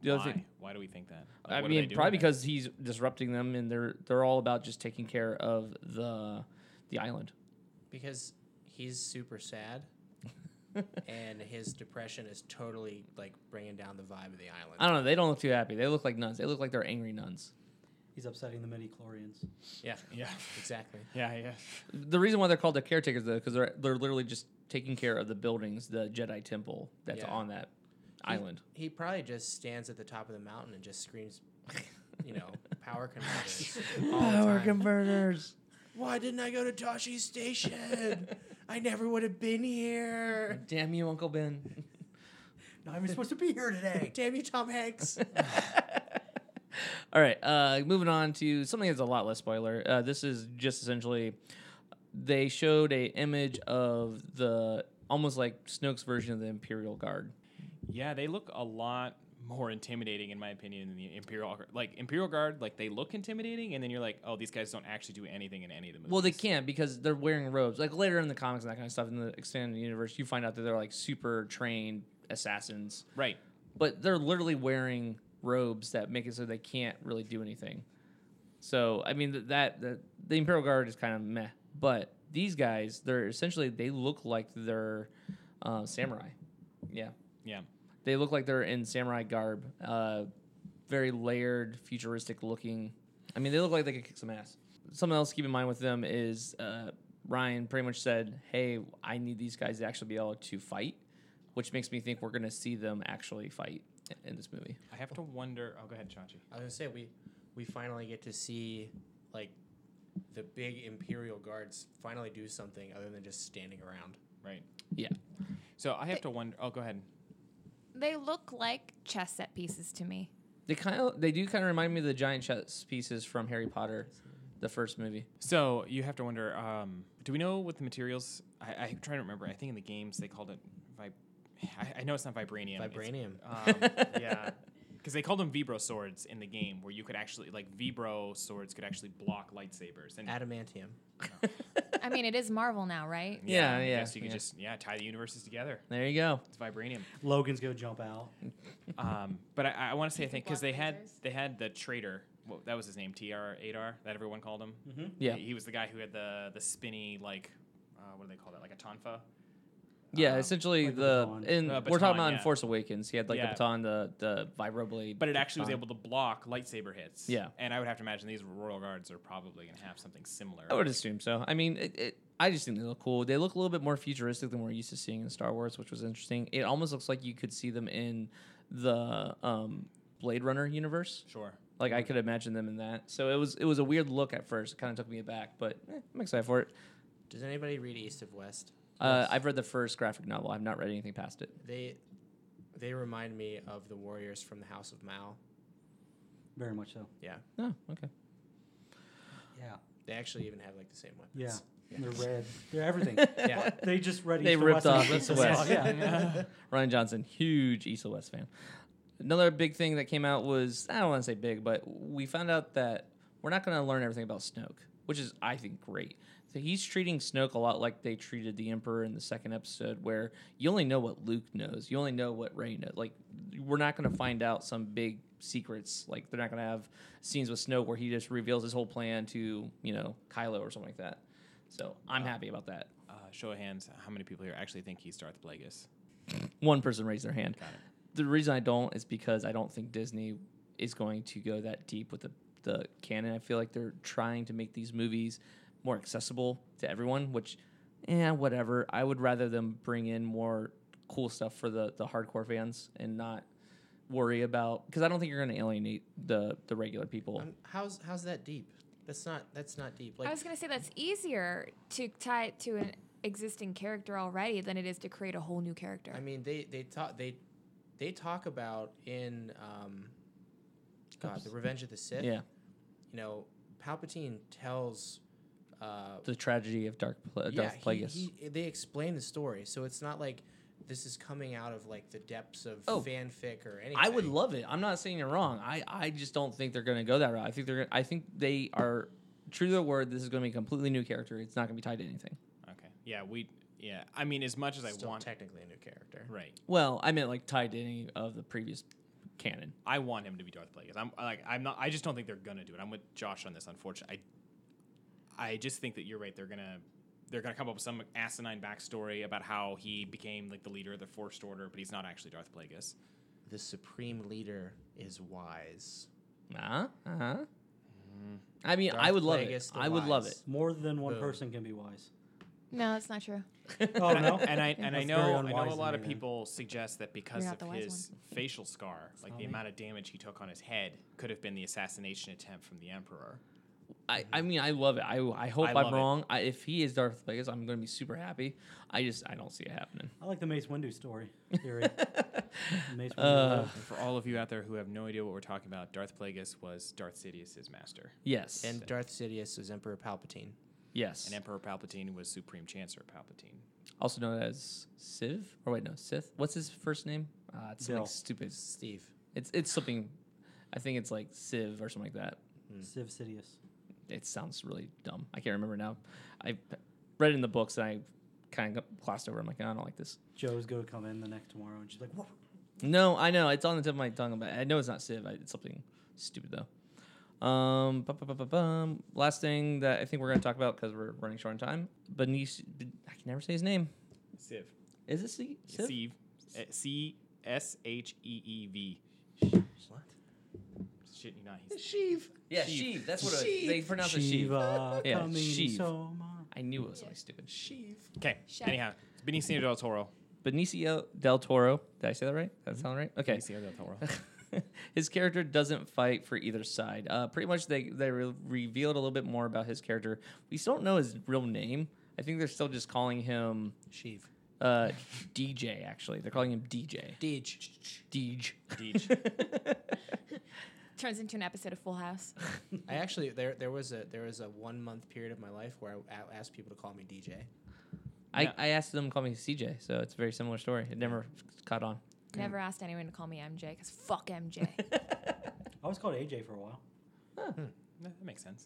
[SPEAKER 1] The other
[SPEAKER 4] Why?
[SPEAKER 1] thing,
[SPEAKER 4] Why do we think that? Like,
[SPEAKER 1] I
[SPEAKER 4] what are they
[SPEAKER 1] mean,
[SPEAKER 4] doing
[SPEAKER 1] probably
[SPEAKER 4] there?
[SPEAKER 1] because he's disrupting them, and they're they're all about just taking care of the the island.
[SPEAKER 3] because he's super sad, and his depression is totally like bringing down the vibe of the island.
[SPEAKER 1] I don't know. They don't look too happy. They look like nuns. They look like they're angry nuns.
[SPEAKER 2] He's upsetting the mini chlorians.
[SPEAKER 3] yeah,
[SPEAKER 4] Yeah.
[SPEAKER 3] exactly.
[SPEAKER 4] Yeah, yeah.
[SPEAKER 1] The reason why they're called the caretakers, though, because they're they're literally just taking care of the buildings, the Jedi temple that's
[SPEAKER 3] Yeah.
[SPEAKER 1] on that island.
[SPEAKER 3] He probably just stands at the top of the mountain and just screams, you know, power [laughs] converters. all the time.
[SPEAKER 1] converters.
[SPEAKER 3] Why didn't I go to Tashi Station? I never would have been [laughs] here.
[SPEAKER 1] [laughs] Damn you, Uncle Ben.
[SPEAKER 2] Not even supposed to be here today.
[SPEAKER 3] Damn you, Tom Hanks.
[SPEAKER 1] All right, uh, moving on to something that's a lot less spoiler. Uh, this is just essentially they showed a image of the almost like Snoke's version of the Imperial Guard.
[SPEAKER 4] Yeah, they look a lot more intimidating in my opinion than the Imperial Guard. Like Imperial Guard, like they look intimidating and then you're like, "Oh, these guys don't actually do anything in any of the movies."
[SPEAKER 1] Well, they can't because they're wearing robes. Like later in the comics and that kind of stuff in the expanded universe, you find out that they're like super trained assassins.
[SPEAKER 4] Right.
[SPEAKER 1] but they're literally wearing robes that make it so they can't really do anything. So I mean th- that, that the Imperial Guard is kind of meh, but these guys they're essentially they look like they're uh, samurai. Yeah,
[SPEAKER 4] Yeah.
[SPEAKER 1] they look like they're in samurai garb, uh, very layered, futuristic looking. I mean they look like they could kick some ass. Something else to keep in mind with them is uh, Ryan pretty much said, "Hey, I need these guys to actually be able to fight," which makes me think we're gonna see them actually fight i- in this movie.
[SPEAKER 4] I have to wonder. Oh, go ahead, Chachi.
[SPEAKER 3] I was gonna say we we finally get to see like the big Imperial guards finally do something other than just standing around.
[SPEAKER 4] Right.
[SPEAKER 1] Yeah.
[SPEAKER 4] So I have to wonder. Oh, go ahead.
[SPEAKER 5] They look like chess set pieces to me.
[SPEAKER 1] They kind of they do kind of remind me of the giant chess pieces from Harry Potter, the first movie.
[SPEAKER 4] So you have to wonder. Um, do we know what the materials? I, I'm trying to remember. I think in the games they called it. Vib- I, I know it's not vibranium. it's-
[SPEAKER 3] Vibranium.
[SPEAKER 4] Um,
[SPEAKER 1] [laughs]
[SPEAKER 4] yeah, because they called them vibro swords in the game, where you could actually like vibro swords could actually block lightsabers. And
[SPEAKER 3] Adamantium.
[SPEAKER 5] I mean, it is Marvel now, right?
[SPEAKER 1] Yeah,
[SPEAKER 4] I
[SPEAKER 1] yeah,
[SPEAKER 4] guess you could
[SPEAKER 1] yeah.
[SPEAKER 4] just yeah tie the universes together.
[SPEAKER 1] There you go.
[SPEAKER 4] It's vibranium.
[SPEAKER 2] [laughs] Logan's gonna jump out.
[SPEAKER 4] Um, but I, I want to say I think because they had
[SPEAKER 5] Blockbusters.
[SPEAKER 4] they had the traitor. Well, that was his name, Tr Adar, that everyone called him.
[SPEAKER 1] Yeah.
[SPEAKER 4] he, he was the guy who had the the spinny like, uh, what do they call that? Like a tonfa.
[SPEAKER 1] Yeah,
[SPEAKER 4] Um,
[SPEAKER 1] essentially
[SPEAKER 2] like the
[SPEAKER 1] the,
[SPEAKER 2] baton.
[SPEAKER 1] in
[SPEAKER 4] Uh,
[SPEAKER 1] we're
[SPEAKER 4] baton,
[SPEAKER 1] talking about in
[SPEAKER 4] yeah.
[SPEAKER 1] Force Awakens. He had like the
[SPEAKER 4] Yeah.
[SPEAKER 1] baton, the the vibroblade.
[SPEAKER 4] But it actually was
[SPEAKER 1] baton.
[SPEAKER 4] able to block lightsaber hits.
[SPEAKER 1] Yeah.
[SPEAKER 4] And I would have to imagine these royal guards are probably going to have something similar.
[SPEAKER 1] I would assume so. I mean, it, it, I just think they look cool. They look a little bit more futuristic than we're used to seeing in Star Wars, which was interesting. It almost looks like you could see them in the um, Blade Runner universe.
[SPEAKER 4] Sure.
[SPEAKER 1] Like I could imagine them in that. So it was it was a weird look at first. It kind of took me aback, but eh, I'm excited for it.
[SPEAKER 3] Does anybody read East of West?
[SPEAKER 1] Uh, I've read the first graphic novel. I've not read anything past it.
[SPEAKER 3] They they remind me of the warriors from the House of Mao.
[SPEAKER 2] Very much so.
[SPEAKER 3] Yeah.
[SPEAKER 1] No, okay.
[SPEAKER 2] Yeah.
[SPEAKER 3] They actually even have like the same
[SPEAKER 2] Yeah.
[SPEAKER 3] weapons.
[SPEAKER 2] They're red.
[SPEAKER 1] [laughs]
[SPEAKER 2] They're everything.
[SPEAKER 3] Yeah. yeah.
[SPEAKER 2] they just read.
[SPEAKER 1] They
[SPEAKER 2] East
[SPEAKER 1] ripped
[SPEAKER 2] West and
[SPEAKER 1] off
[SPEAKER 2] East
[SPEAKER 1] East
[SPEAKER 2] and
[SPEAKER 1] West.
[SPEAKER 2] Yeah.
[SPEAKER 1] Ryan Johnson, huge East West fan. Another big thing that came out was I don't want to say big, but we found out that we're not going to learn everything about Snoke, which is I think great. So he's treating Snoke a lot like they treated the Emperor in the second episode, where you only know what Luke knows, you only know what Rey knows. Like we're not going to find out some big secrets. Like they're not going to have scenes with Snoke where he just reveals his whole plan to you know Kylo or something like that. So I'm happy about that.
[SPEAKER 4] Uh, show of hands, how many people here actually think he's Darth Plagueis?
[SPEAKER 1] One person raised their hand.
[SPEAKER 4] Got it.
[SPEAKER 1] The reason I don't is because I don't think Disney is going to go that deep with the, the canon. I feel like they're trying to make these movies more accessible to everyone, which eh, whatever. I would rather them bring in more cool stuff for the the hardcore fans and not worry about because I don't think you're going to alienate the the regular people.
[SPEAKER 3] Um, how's how's that deep? That's not that's not deep. Like
[SPEAKER 5] I was gonna say that's easier to tie it to an existing character already than it is to create a whole new character.
[SPEAKER 3] I mean, they they talk they they talk about in um, God, the Revenge of the Sith.
[SPEAKER 1] yeah,
[SPEAKER 3] You know, Palpatine tells. Uh,
[SPEAKER 1] the tragedy of Dark Pla- Darth
[SPEAKER 3] yeah, he,
[SPEAKER 1] Plagueis.
[SPEAKER 3] he, they explain the story, so it's not like this is coming out of like the depths of
[SPEAKER 1] Oh.
[SPEAKER 3] fanfic or anything.
[SPEAKER 1] I would love it. I'm not saying you're wrong. I, I just don't think they're going to go that route. I think they're. Gonna, I think they are true to their word. This is going to be a completely new character. It's not going to be tied to anything.
[SPEAKER 4] Okay. Yeah, we. Yeah, I mean, as much as
[SPEAKER 3] Still
[SPEAKER 4] I want,
[SPEAKER 3] technically a new character.
[SPEAKER 4] right?
[SPEAKER 1] Well, I meant like tied to any of the previous canon.
[SPEAKER 4] I want him to be Darth Plagueis. I'm I, like, I'm not. I just don't think they're gonna do it. I'm with Josh on this. Unfortunately, I, I just think that you're right. They're gonna, they're gonna come up with some asinine backstory about how he became like the leader of the Forced Order, but he's not actually Darth Plagueis.
[SPEAKER 3] The supreme leader is wise.
[SPEAKER 1] Uh huh. I mean, I
[SPEAKER 3] Darth
[SPEAKER 1] would love
[SPEAKER 3] Plagueis
[SPEAKER 1] it.
[SPEAKER 3] the
[SPEAKER 1] I would love
[SPEAKER 3] Wise.
[SPEAKER 1] it.
[SPEAKER 2] More than
[SPEAKER 1] [laughs]
[SPEAKER 2] one
[SPEAKER 3] Boom.
[SPEAKER 2] person can be wise.
[SPEAKER 5] no, that's not true.
[SPEAKER 2] Oh no.
[SPEAKER 4] and I and
[SPEAKER 2] That's very
[SPEAKER 4] I know I know
[SPEAKER 2] unwise
[SPEAKER 4] a
[SPEAKER 2] of
[SPEAKER 4] lot
[SPEAKER 2] me
[SPEAKER 4] of
[SPEAKER 2] then.
[SPEAKER 4] people suggest that because
[SPEAKER 5] You're not
[SPEAKER 4] of
[SPEAKER 5] the wise
[SPEAKER 4] his facial scar, like
[SPEAKER 2] not
[SPEAKER 4] the
[SPEAKER 2] me.
[SPEAKER 4] amount of damage he took on his head, could have been the assassination attempt from the Emperor.
[SPEAKER 1] I, I mean, I love it. I, I hope Mm-hmm. I
[SPEAKER 4] I love
[SPEAKER 1] am
[SPEAKER 4] it.
[SPEAKER 1] wrong. I, if he is Darth Plagueis, I'm going to be super happy. I just I don't see it happening.
[SPEAKER 2] I like the Mace
[SPEAKER 1] [laughs]
[SPEAKER 2] Windu story theory. Mace Windu.
[SPEAKER 1] Uh,
[SPEAKER 4] And for all of you out there who have no idea what we're talking about, Darth Plagueis was Darth Sidious's master,
[SPEAKER 1] Yes.
[SPEAKER 3] And Darth Sidious is Emperor Palpatine.
[SPEAKER 1] yes.
[SPEAKER 4] and Emperor Palpatine was Supreme Chancellor Palpatine.
[SPEAKER 1] also known as Civ. Or wait, no, Sith. What's his first name? Uh, it's something
[SPEAKER 2] Bill.
[SPEAKER 1] stupid.
[SPEAKER 3] Steve.
[SPEAKER 1] It's it's something. I think it's like Civ or something like that.
[SPEAKER 2] Civ Sidious.
[SPEAKER 1] It sounds really dumb. I can't remember now. I read it in the books and I kind of glossed over. it. I'm like, "Oh, I don't like this.
[SPEAKER 2] Joe's gonna come in the next tomorrow, and she's like, "What?"
[SPEAKER 1] No, I know it's on the tip of my tongue, but I know it's not Civ. I, it's something stupid though. Um, bu- bu- bu- bu- bum. last thing that I think we're gonna talk about because we're running short on time. Benicio, I can never say his name.
[SPEAKER 4] Civ.
[SPEAKER 1] Is it C- Civ?
[SPEAKER 4] Sieve. Eh, C S H E E V.
[SPEAKER 3] What?
[SPEAKER 4] Shit, you not. He's
[SPEAKER 3] Sheev.
[SPEAKER 1] Yeah,
[SPEAKER 4] Sheev.
[SPEAKER 1] Sheev. That's what it was. they pronounce it Sheev.
[SPEAKER 2] Shiva
[SPEAKER 1] [laughs] Yeah,
[SPEAKER 2] coming
[SPEAKER 1] Sheev.
[SPEAKER 2] so much.
[SPEAKER 1] I knew it was something stupid.
[SPEAKER 3] Sheev.
[SPEAKER 4] okay.
[SPEAKER 5] Shut-
[SPEAKER 4] Anyhow, it's Benicio del Toro.
[SPEAKER 1] Benicio del Toro. Did I say that right? That sound right? Okay.
[SPEAKER 4] Benicio del
[SPEAKER 1] [laughs]
[SPEAKER 4] Toro.
[SPEAKER 1] his character doesn't fight for either side. Uh, pretty much, they they re- revealed a little bit more about his character. We still don't know his real name. I think they're still just calling him
[SPEAKER 3] Sheev.
[SPEAKER 1] uh, DJ. Actually, they're calling him DJ.
[SPEAKER 3] Deej.
[SPEAKER 1] Deej. [laughs]
[SPEAKER 4] Deej.
[SPEAKER 5] Turns into an episode of
[SPEAKER 1] [laughs]
[SPEAKER 5] Full House.
[SPEAKER 3] I actually there there was a there was a one month period of my life where I a- asked people to call me DJ.
[SPEAKER 1] I,
[SPEAKER 4] Yeah.
[SPEAKER 1] I asked them to call me CJ, so it's a very similar story. It never caught on. [laughs]
[SPEAKER 5] Never asked anyone to call me MJ because fuck MJ.
[SPEAKER 2] I was called AJ for a while.
[SPEAKER 4] No, that makes sense.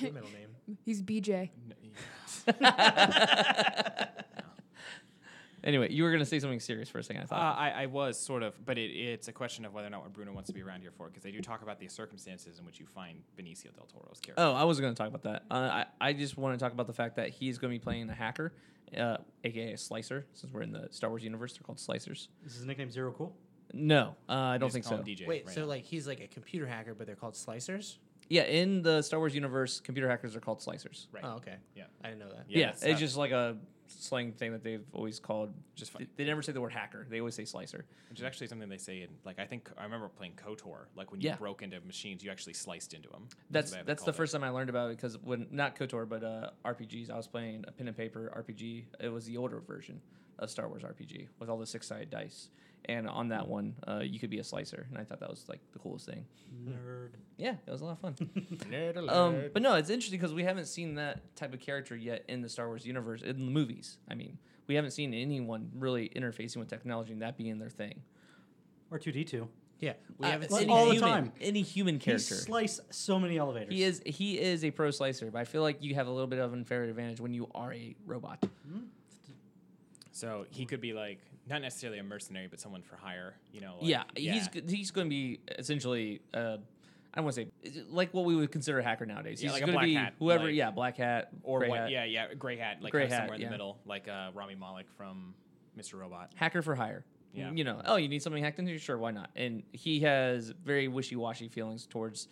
[SPEAKER 1] [laughs]
[SPEAKER 3] your middle name?
[SPEAKER 5] He's BJ.
[SPEAKER 4] No, yeah.
[SPEAKER 1] Anyway, you were gonna say something serious for a second. I
[SPEAKER 4] Uh,
[SPEAKER 1] thought.
[SPEAKER 4] I, I was sort of, but it, it's a question of whether or not what Bruno wants to be around here for, because they do talk about the circumstances in which you find Benicio del Toro's character.
[SPEAKER 1] Oh, I was going to talk about that. Uh, I, I just want to talk about the fact that he's going to be playing a hacker, uh, aka a slicer, since we're in the Star Wars universe. They're called slicers.
[SPEAKER 2] Is his nickname Zero Cool?
[SPEAKER 1] No, uh, I don't
[SPEAKER 4] Just
[SPEAKER 1] think
[SPEAKER 4] call
[SPEAKER 1] so.
[SPEAKER 4] him DJ
[SPEAKER 3] Wait,
[SPEAKER 4] right
[SPEAKER 3] so
[SPEAKER 4] now.
[SPEAKER 3] like he's like a computer hacker, but they're called slicers?
[SPEAKER 1] yeah, in the Star Wars universe, computer hackers are called slicers.
[SPEAKER 4] Right.
[SPEAKER 3] Oh, okay.
[SPEAKER 4] Yeah.
[SPEAKER 3] I didn't know that.
[SPEAKER 1] Yeah,
[SPEAKER 4] that's
[SPEAKER 1] it's
[SPEAKER 4] not-
[SPEAKER 1] just like a slang thing that they've always called.
[SPEAKER 4] Just
[SPEAKER 1] they,
[SPEAKER 4] fine.
[SPEAKER 1] they never say the word hacker. They always say slicer.
[SPEAKER 4] which is actually something they say in like I think I remember playing KOTOR. Like when you
[SPEAKER 1] Yeah.
[SPEAKER 4] broke into machines, you actually sliced into them.
[SPEAKER 1] That's that's the first time I learned about it because when not Kotor but uh, RPGs, I was playing a pen and paper RPG. It was the older version of Star Wars RPG with all the six sided dice, and on that one, uh, you could be a slicer, and I thought that was like the coolest thing.
[SPEAKER 2] Nerd.
[SPEAKER 1] Yeah, it was a lot of
[SPEAKER 2] [laughs]
[SPEAKER 1] fun.
[SPEAKER 3] Nerd
[SPEAKER 1] um,
[SPEAKER 3] alert.
[SPEAKER 1] but no, it's interesting because we haven't seen that type of character yet in the Star Wars universe in the movies. I mean, we haven't seen anyone really interfacing with technology and that being their thing.
[SPEAKER 2] R two D two.
[SPEAKER 3] yeah, we
[SPEAKER 1] Uh,
[SPEAKER 3] haven't
[SPEAKER 2] like
[SPEAKER 3] seen
[SPEAKER 2] all
[SPEAKER 3] any
[SPEAKER 2] the
[SPEAKER 1] human-
[SPEAKER 2] time.
[SPEAKER 1] any human
[SPEAKER 2] He
[SPEAKER 1] character.
[SPEAKER 2] slice so many elevators.
[SPEAKER 1] He is he is a pro slicer, but I feel like you have a little bit of unfair advantage when you are a robot.
[SPEAKER 4] So he could be like not necessarily a mercenary, but someone for hire. You know. Like,
[SPEAKER 1] yeah, he's g- he's going to be essentially uh, I don't want to say is it like what we would consider a hacker nowadays.
[SPEAKER 4] Yeah,
[SPEAKER 1] he's
[SPEAKER 4] like a
[SPEAKER 1] going to
[SPEAKER 4] black
[SPEAKER 1] be
[SPEAKER 4] hat,
[SPEAKER 1] whoever,
[SPEAKER 4] like-
[SPEAKER 1] yeah, black hat
[SPEAKER 4] or
[SPEAKER 1] gray
[SPEAKER 4] what?
[SPEAKER 1] hat.
[SPEAKER 4] Yeah, yeah, gray hat, like
[SPEAKER 1] Gray
[SPEAKER 4] kind of
[SPEAKER 1] hat,
[SPEAKER 4] somewhere in
[SPEAKER 1] yeah.
[SPEAKER 4] the middle, like uh, Rami Malek from Mr. Robot.
[SPEAKER 1] hacker for hire.
[SPEAKER 4] Yeah.
[SPEAKER 1] You know, oh, you need something hacked into? Sure, why not? And he has very wishy washy feelings towards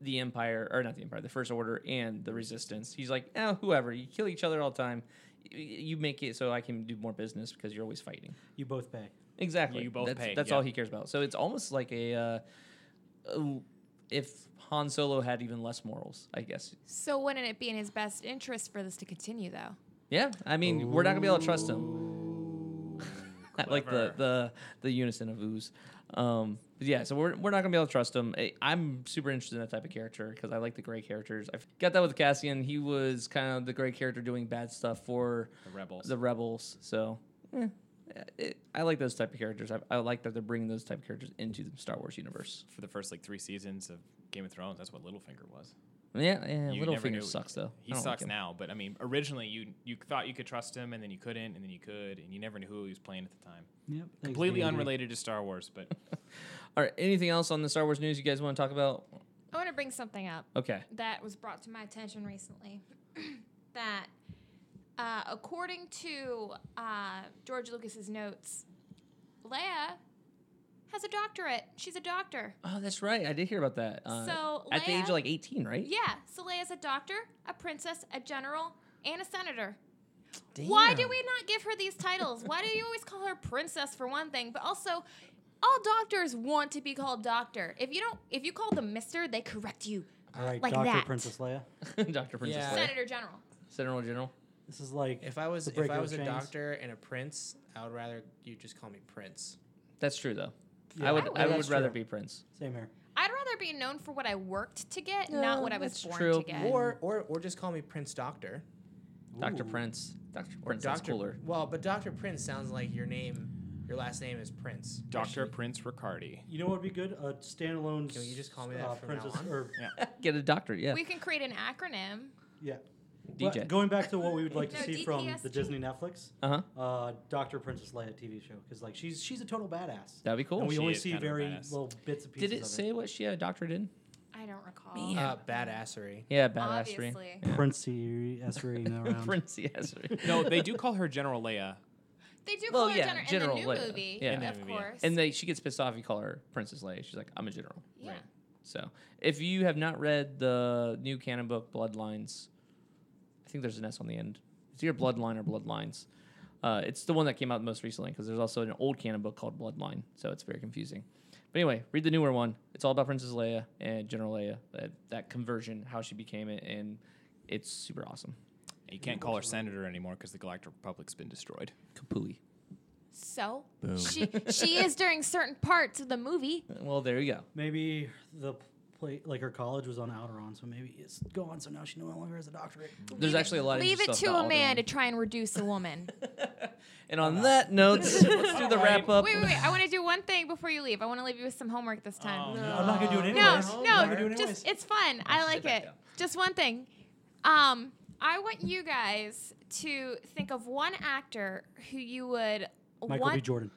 [SPEAKER 1] the "Eh, Empire, or not the Empire, the First Order and the Resistance. He's like, oh, whoever, you kill each other all the time. y- you make it so I can do more business because you're always fighting.
[SPEAKER 2] You both pay.
[SPEAKER 1] Exactly.
[SPEAKER 4] you both
[SPEAKER 1] that's,
[SPEAKER 4] pay,
[SPEAKER 1] That's
[SPEAKER 4] yeah.
[SPEAKER 1] all he cares about. So it's almost like a, uh, oh, if Han Solo had even less morals, I guess.
[SPEAKER 5] So wouldn't it be in his best interest for this to continue, though?
[SPEAKER 1] Yeah. I mean, we're not gonna be able to trust him. [laughs] I like the
[SPEAKER 4] Clever.
[SPEAKER 1] the the unison of ooze. Um, but yeah, so we're, we're not gonna be able to trust him. I, I'm super interested in that type of character because I like the gray characters. I've got that with Cassian. He was kind of the gray character doing bad stuff for
[SPEAKER 4] The rebels.
[SPEAKER 1] the rebels. So eh, it, I like those type of characters. I, I like that they're bringing those type of characters into the Star Wars universe.
[SPEAKER 4] for the first like three seasons of Game of Thrones, that's what Littlefinger was.
[SPEAKER 1] Yeah, yeah
[SPEAKER 4] You never knew-
[SPEAKER 1] Littlefinger sucks though.
[SPEAKER 4] He
[SPEAKER 1] I don't like
[SPEAKER 4] sucks
[SPEAKER 1] him.
[SPEAKER 4] now, but I mean, originally you you thought you could trust him, and then you couldn't, and then you could, and you never knew who he was playing at the time.
[SPEAKER 2] Yep. thanks,
[SPEAKER 1] Mm-hmm.
[SPEAKER 4] Completely
[SPEAKER 2] D&D.
[SPEAKER 4] unrelated to Star Wars,
[SPEAKER 1] [laughs]
[SPEAKER 4] but
[SPEAKER 1] All right, anything else on the Star Wars news you guys want to talk about?
[SPEAKER 5] I want to bring something up
[SPEAKER 1] Okay.
[SPEAKER 5] that was brought to my attention recently. [clears throat] that, uh, according to uh, George Lucas's notes, Leia has a doctorate. She's a doctor.
[SPEAKER 1] Oh, that's right. I did hear about that. Uh,
[SPEAKER 5] So,
[SPEAKER 1] at the age of
[SPEAKER 5] Leia-
[SPEAKER 1] like 18, right?
[SPEAKER 5] Yeah, so Leia's a doctor, a princess, a general, and a senator. Why do
[SPEAKER 1] Damn.
[SPEAKER 5] we not give her these titles? Why do you always call her princess for one thing, but also all doctors want to be called doctor. If you don't if you call them mister, they correct you.
[SPEAKER 2] All right,
[SPEAKER 5] like
[SPEAKER 2] Doctor
[SPEAKER 5] that.
[SPEAKER 2] Princess Leia.
[SPEAKER 1] [laughs] Dr. Princess
[SPEAKER 3] Yeah.
[SPEAKER 1] Leia.
[SPEAKER 5] Senator General.
[SPEAKER 1] Senator General.
[SPEAKER 2] This is like
[SPEAKER 3] If I was
[SPEAKER 2] the
[SPEAKER 3] if
[SPEAKER 2] breaker
[SPEAKER 3] I
[SPEAKER 2] of
[SPEAKER 3] was a
[SPEAKER 2] chains.
[SPEAKER 3] doctor and a prince, I would rather you just call me Prince.
[SPEAKER 1] That's true though.
[SPEAKER 2] Yeah,
[SPEAKER 1] I would I
[SPEAKER 5] that's
[SPEAKER 1] would rather
[SPEAKER 2] true.
[SPEAKER 1] be Prince.
[SPEAKER 2] Same here.
[SPEAKER 5] I'd rather be known for what I worked to get, not what I was
[SPEAKER 1] that's
[SPEAKER 5] born
[SPEAKER 1] true.
[SPEAKER 5] to get.
[SPEAKER 3] Or or or just call me Prince Doctor.
[SPEAKER 1] Dr.
[SPEAKER 2] Ooh.
[SPEAKER 1] Prince. Dr.
[SPEAKER 3] Or
[SPEAKER 1] Prince that's
[SPEAKER 3] Doctor
[SPEAKER 1] cooler.
[SPEAKER 3] Well, but Doctor Prince sounds like your name your last name is Prince.
[SPEAKER 4] Doctor Prince Riccardi.
[SPEAKER 2] You know what would be good? A standalone.
[SPEAKER 3] Can you just call me
[SPEAKER 2] s-
[SPEAKER 3] that
[SPEAKER 2] uh,
[SPEAKER 3] from now
[SPEAKER 2] princess,
[SPEAKER 3] on?
[SPEAKER 2] Or,
[SPEAKER 1] Get a doctor, yeah.
[SPEAKER 5] We can create an acronym.
[SPEAKER 2] yeah.
[SPEAKER 1] DJ.
[SPEAKER 2] But going back to what we would like to
[SPEAKER 5] No,
[SPEAKER 2] see from the
[SPEAKER 5] DPSG.
[SPEAKER 2] Disney Netflix,
[SPEAKER 1] Uh-huh.
[SPEAKER 2] uh, Doctor Princess Leia TV show, because like she's she's a total badass.
[SPEAKER 1] That'd be cool.
[SPEAKER 2] And we
[SPEAKER 4] She
[SPEAKER 2] only
[SPEAKER 4] is
[SPEAKER 2] see
[SPEAKER 4] kind of a
[SPEAKER 2] very
[SPEAKER 4] badass.
[SPEAKER 2] little bits and pieces.
[SPEAKER 1] Did it
[SPEAKER 2] of
[SPEAKER 1] say what she had a doctorate in?
[SPEAKER 5] I don't recall.
[SPEAKER 1] Man.
[SPEAKER 3] Uh, badassery.
[SPEAKER 1] Yeah, badassery.
[SPEAKER 5] Obviously.
[SPEAKER 2] Princey
[SPEAKER 1] [laughs]
[SPEAKER 2] Esserine around?
[SPEAKER 1] Prince
[SPEAKER 5] [laughs]
[SPEAKER 1] Esri.
[SPEAKER 4] No, they do call her General Leia.
[SPEAKER 5] They do
[SPEAKER 1] Well,
[SPEAKER 5] call
[SPEAKER 1] yeah,
[SPEAKER 5] her general
[SPEAKER 1] General
[SPEAKER 5] in the new
[SPEAKER 1] Leia.
[SPEAKER 5] movie,
[SPEAKER 1] Yeah. In
[SPEAKER 4] the
[SPEAKER 5] of
[SPEAKER 4] movie, yeah.
[SPEAKER 5] course.
[SPEAKER 1] And they, she gets pissed off if you call her Princess Leia. She's like, I'm a general.
[SPEAKER 5] yeah.
[SPEAKER 4] Right.
[SPEAKER 1] So if you have not read the new canon book Bloodlines, I think there's an S on the end. It's either Bloodline or Bloodlines. Uh, it's the one that came out most recently because there's also an old canon book called Bloodline, so it's very confusing. But anyway, read the newer one. It's all about Princess Leia and General Leia, that, that conversion, how she became it, and it's super awesome.
[SPEAKER 4] You
[SPEAKER 1] [laughs]
[SPEAKER 4] can't call her Senator anymore because the Galactic Republic's been destroyed.
[SPEAKER 1] Kapui.
[SPEAKER 5] So
[SPEAKER 2] [laughs]
[SPEAKER 5] she she is during certain parts of the movie.
[SPEAKER 1] Well, there you go.
[SPEAKER 2] Maybe the play like her college was on Alderaan, so maybe it's gone. So now she no longer has a doctorate.
[SPEAKER 1] There's actually a lot of
[SPEAKER 5] Leave
[SPEAKER 1] good
[SPEAKER 5] it
[SPEAKER 1] stuff
[SPEAKER 5] to
[SPEAKER 1] about
[SPEAKER 5] a man to
[SPEAKER 1] Alderaan.
[SPEAKER 5] try and reduce
[SPEAKER 1] [laughs]
[SPEAKER 5] a woman.
[SPEAKER 1] And on that
[SPEAKER 5] [laughs]
[SPEAKER 1] note, let's do the wrap up.
[SPEAKER 5] wait, wait, wait. I want to do one thing before you leave. I want to leave you with some homework this time.
[SPEAKER 2] I'm not gonna do it
[SPEAKER 5] No,
[SPEAKER 2] Oh, anyways.
[SPEAKER 5] no,
[SPEAKER 2] I'm not gonna do it anyways.
[SPEAKER 5] just it's fun. I like
[SPEAKER 1] back
[SPEAKER 5] it.
[SPEAKER 1] down.
[SPEAKER 5] Just one thing. Um, I want you guys to think of one actor who you would
[SPEAKER 2] Michael B.
[SPEAKER 5] want.
[SPEAKER 2] Jordan.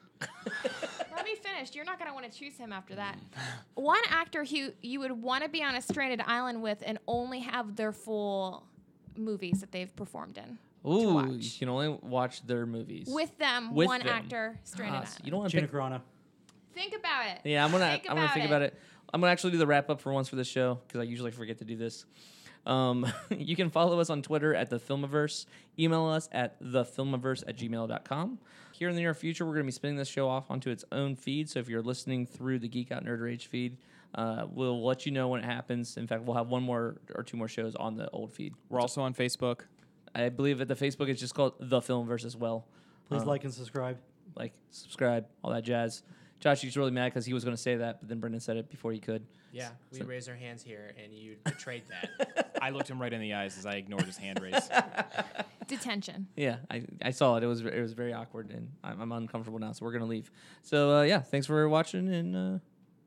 [SPEAKER 5] Let me finish. You're not gonna want to choose him after that.
[SPEAKER 1] Mm.
[SPEAKER 5] [laughs] one actor who you would want to be on a stranded island with and only have their full movies that they've performed in
[SPEAKER 1] Ooh, you
[SPEAKER 5] watch.
[SPEAKER 1] can only watch their movies.
[SPEAKER 5] with them.
[SPEAKER 1] With
[SPEAKER 5] one
[SPEAKER 1] them.
[SPEAKER 5] actor stranded
[SPEAKER 1] Ah,
[SPEAKER 5] island.
[SPEAKER 1] so you don't want to
[SPEAKER 2] Gina
[SPEAKER 1] pick
[SPEAKER 2] Carano.
[SPEAKER 5] Think about it.
[SPEAKER 1] Yeah, I'm gonna
[SPEAKER 5] Think
[SPEAKER 1] I'm gonna
[SPEAKER 5] about
[SPEAKER 1] think
[SPEAKER 5] it.
[SPEAKER 1] about it. I'm gonna actually do the wrap up for once for this show because I usually forget to do this. Um, [laughs] you can follow us on Twitter at the Filmiverse. Email us at thefilmiverse at gmail.com. Here in the near future, we're going to be spinning this show off onto its own feed. So if you're listening through the Geek Out Nerd Rage feed, uh, we'll let you know when it happens. In fact, we'll have one more or two more shows on the old feed.
[SPEAKER 4] We're also on Facebook.
[SPEAKER 1] I believe at the Facebook, it's just called The Filmverse as well.
[SPEAKER 2] Please
[SPEAKER 1] Um,
[SPEAKER 2] like and subscribe.
[SPEAKER 1] like, subscribe, all that jazz. Josh, he's really mad because he was going to say that, but then Brendan said it before he could.
[SPEAKER 3] Yeah, we
[SPEAKER 1] So-
[SPEAKER 3] raised our hands here
[SPEAKER 1] [laughs]
[SPEAKER 3] and you betrayed that.
[SPEAKER 4] I looked him right in the eyes as I ignored his hand raise.
[SPEAKER 5] Detention.
[SPEAKER 1] Yeah, I, I saw it. It was it was very awkward, and I'm, I'm uncomfortable now. So we're gonna leave. So uh, yeah, thanks for watching, and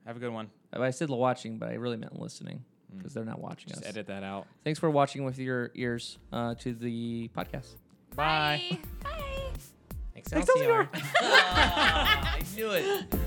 [SPEAKER 4] Have a good one.
[SPEAKER 1] uh, I said watching, but I really meant listening because they're not watching
[SPEAKER 4] Mm. Just
[SPEAKER 1] us.
[SPEAKER 4] edit that out.
[SPEAKER 1] Thanks for watching with your ears uh, to the podcast.
[SPEAKER 4] Bye.
[SPEAKER 5] Bye. Bye.
[SPEAKER 3] [laughs] Excelsior.
[SPEAKER 1] Ah, I knew it.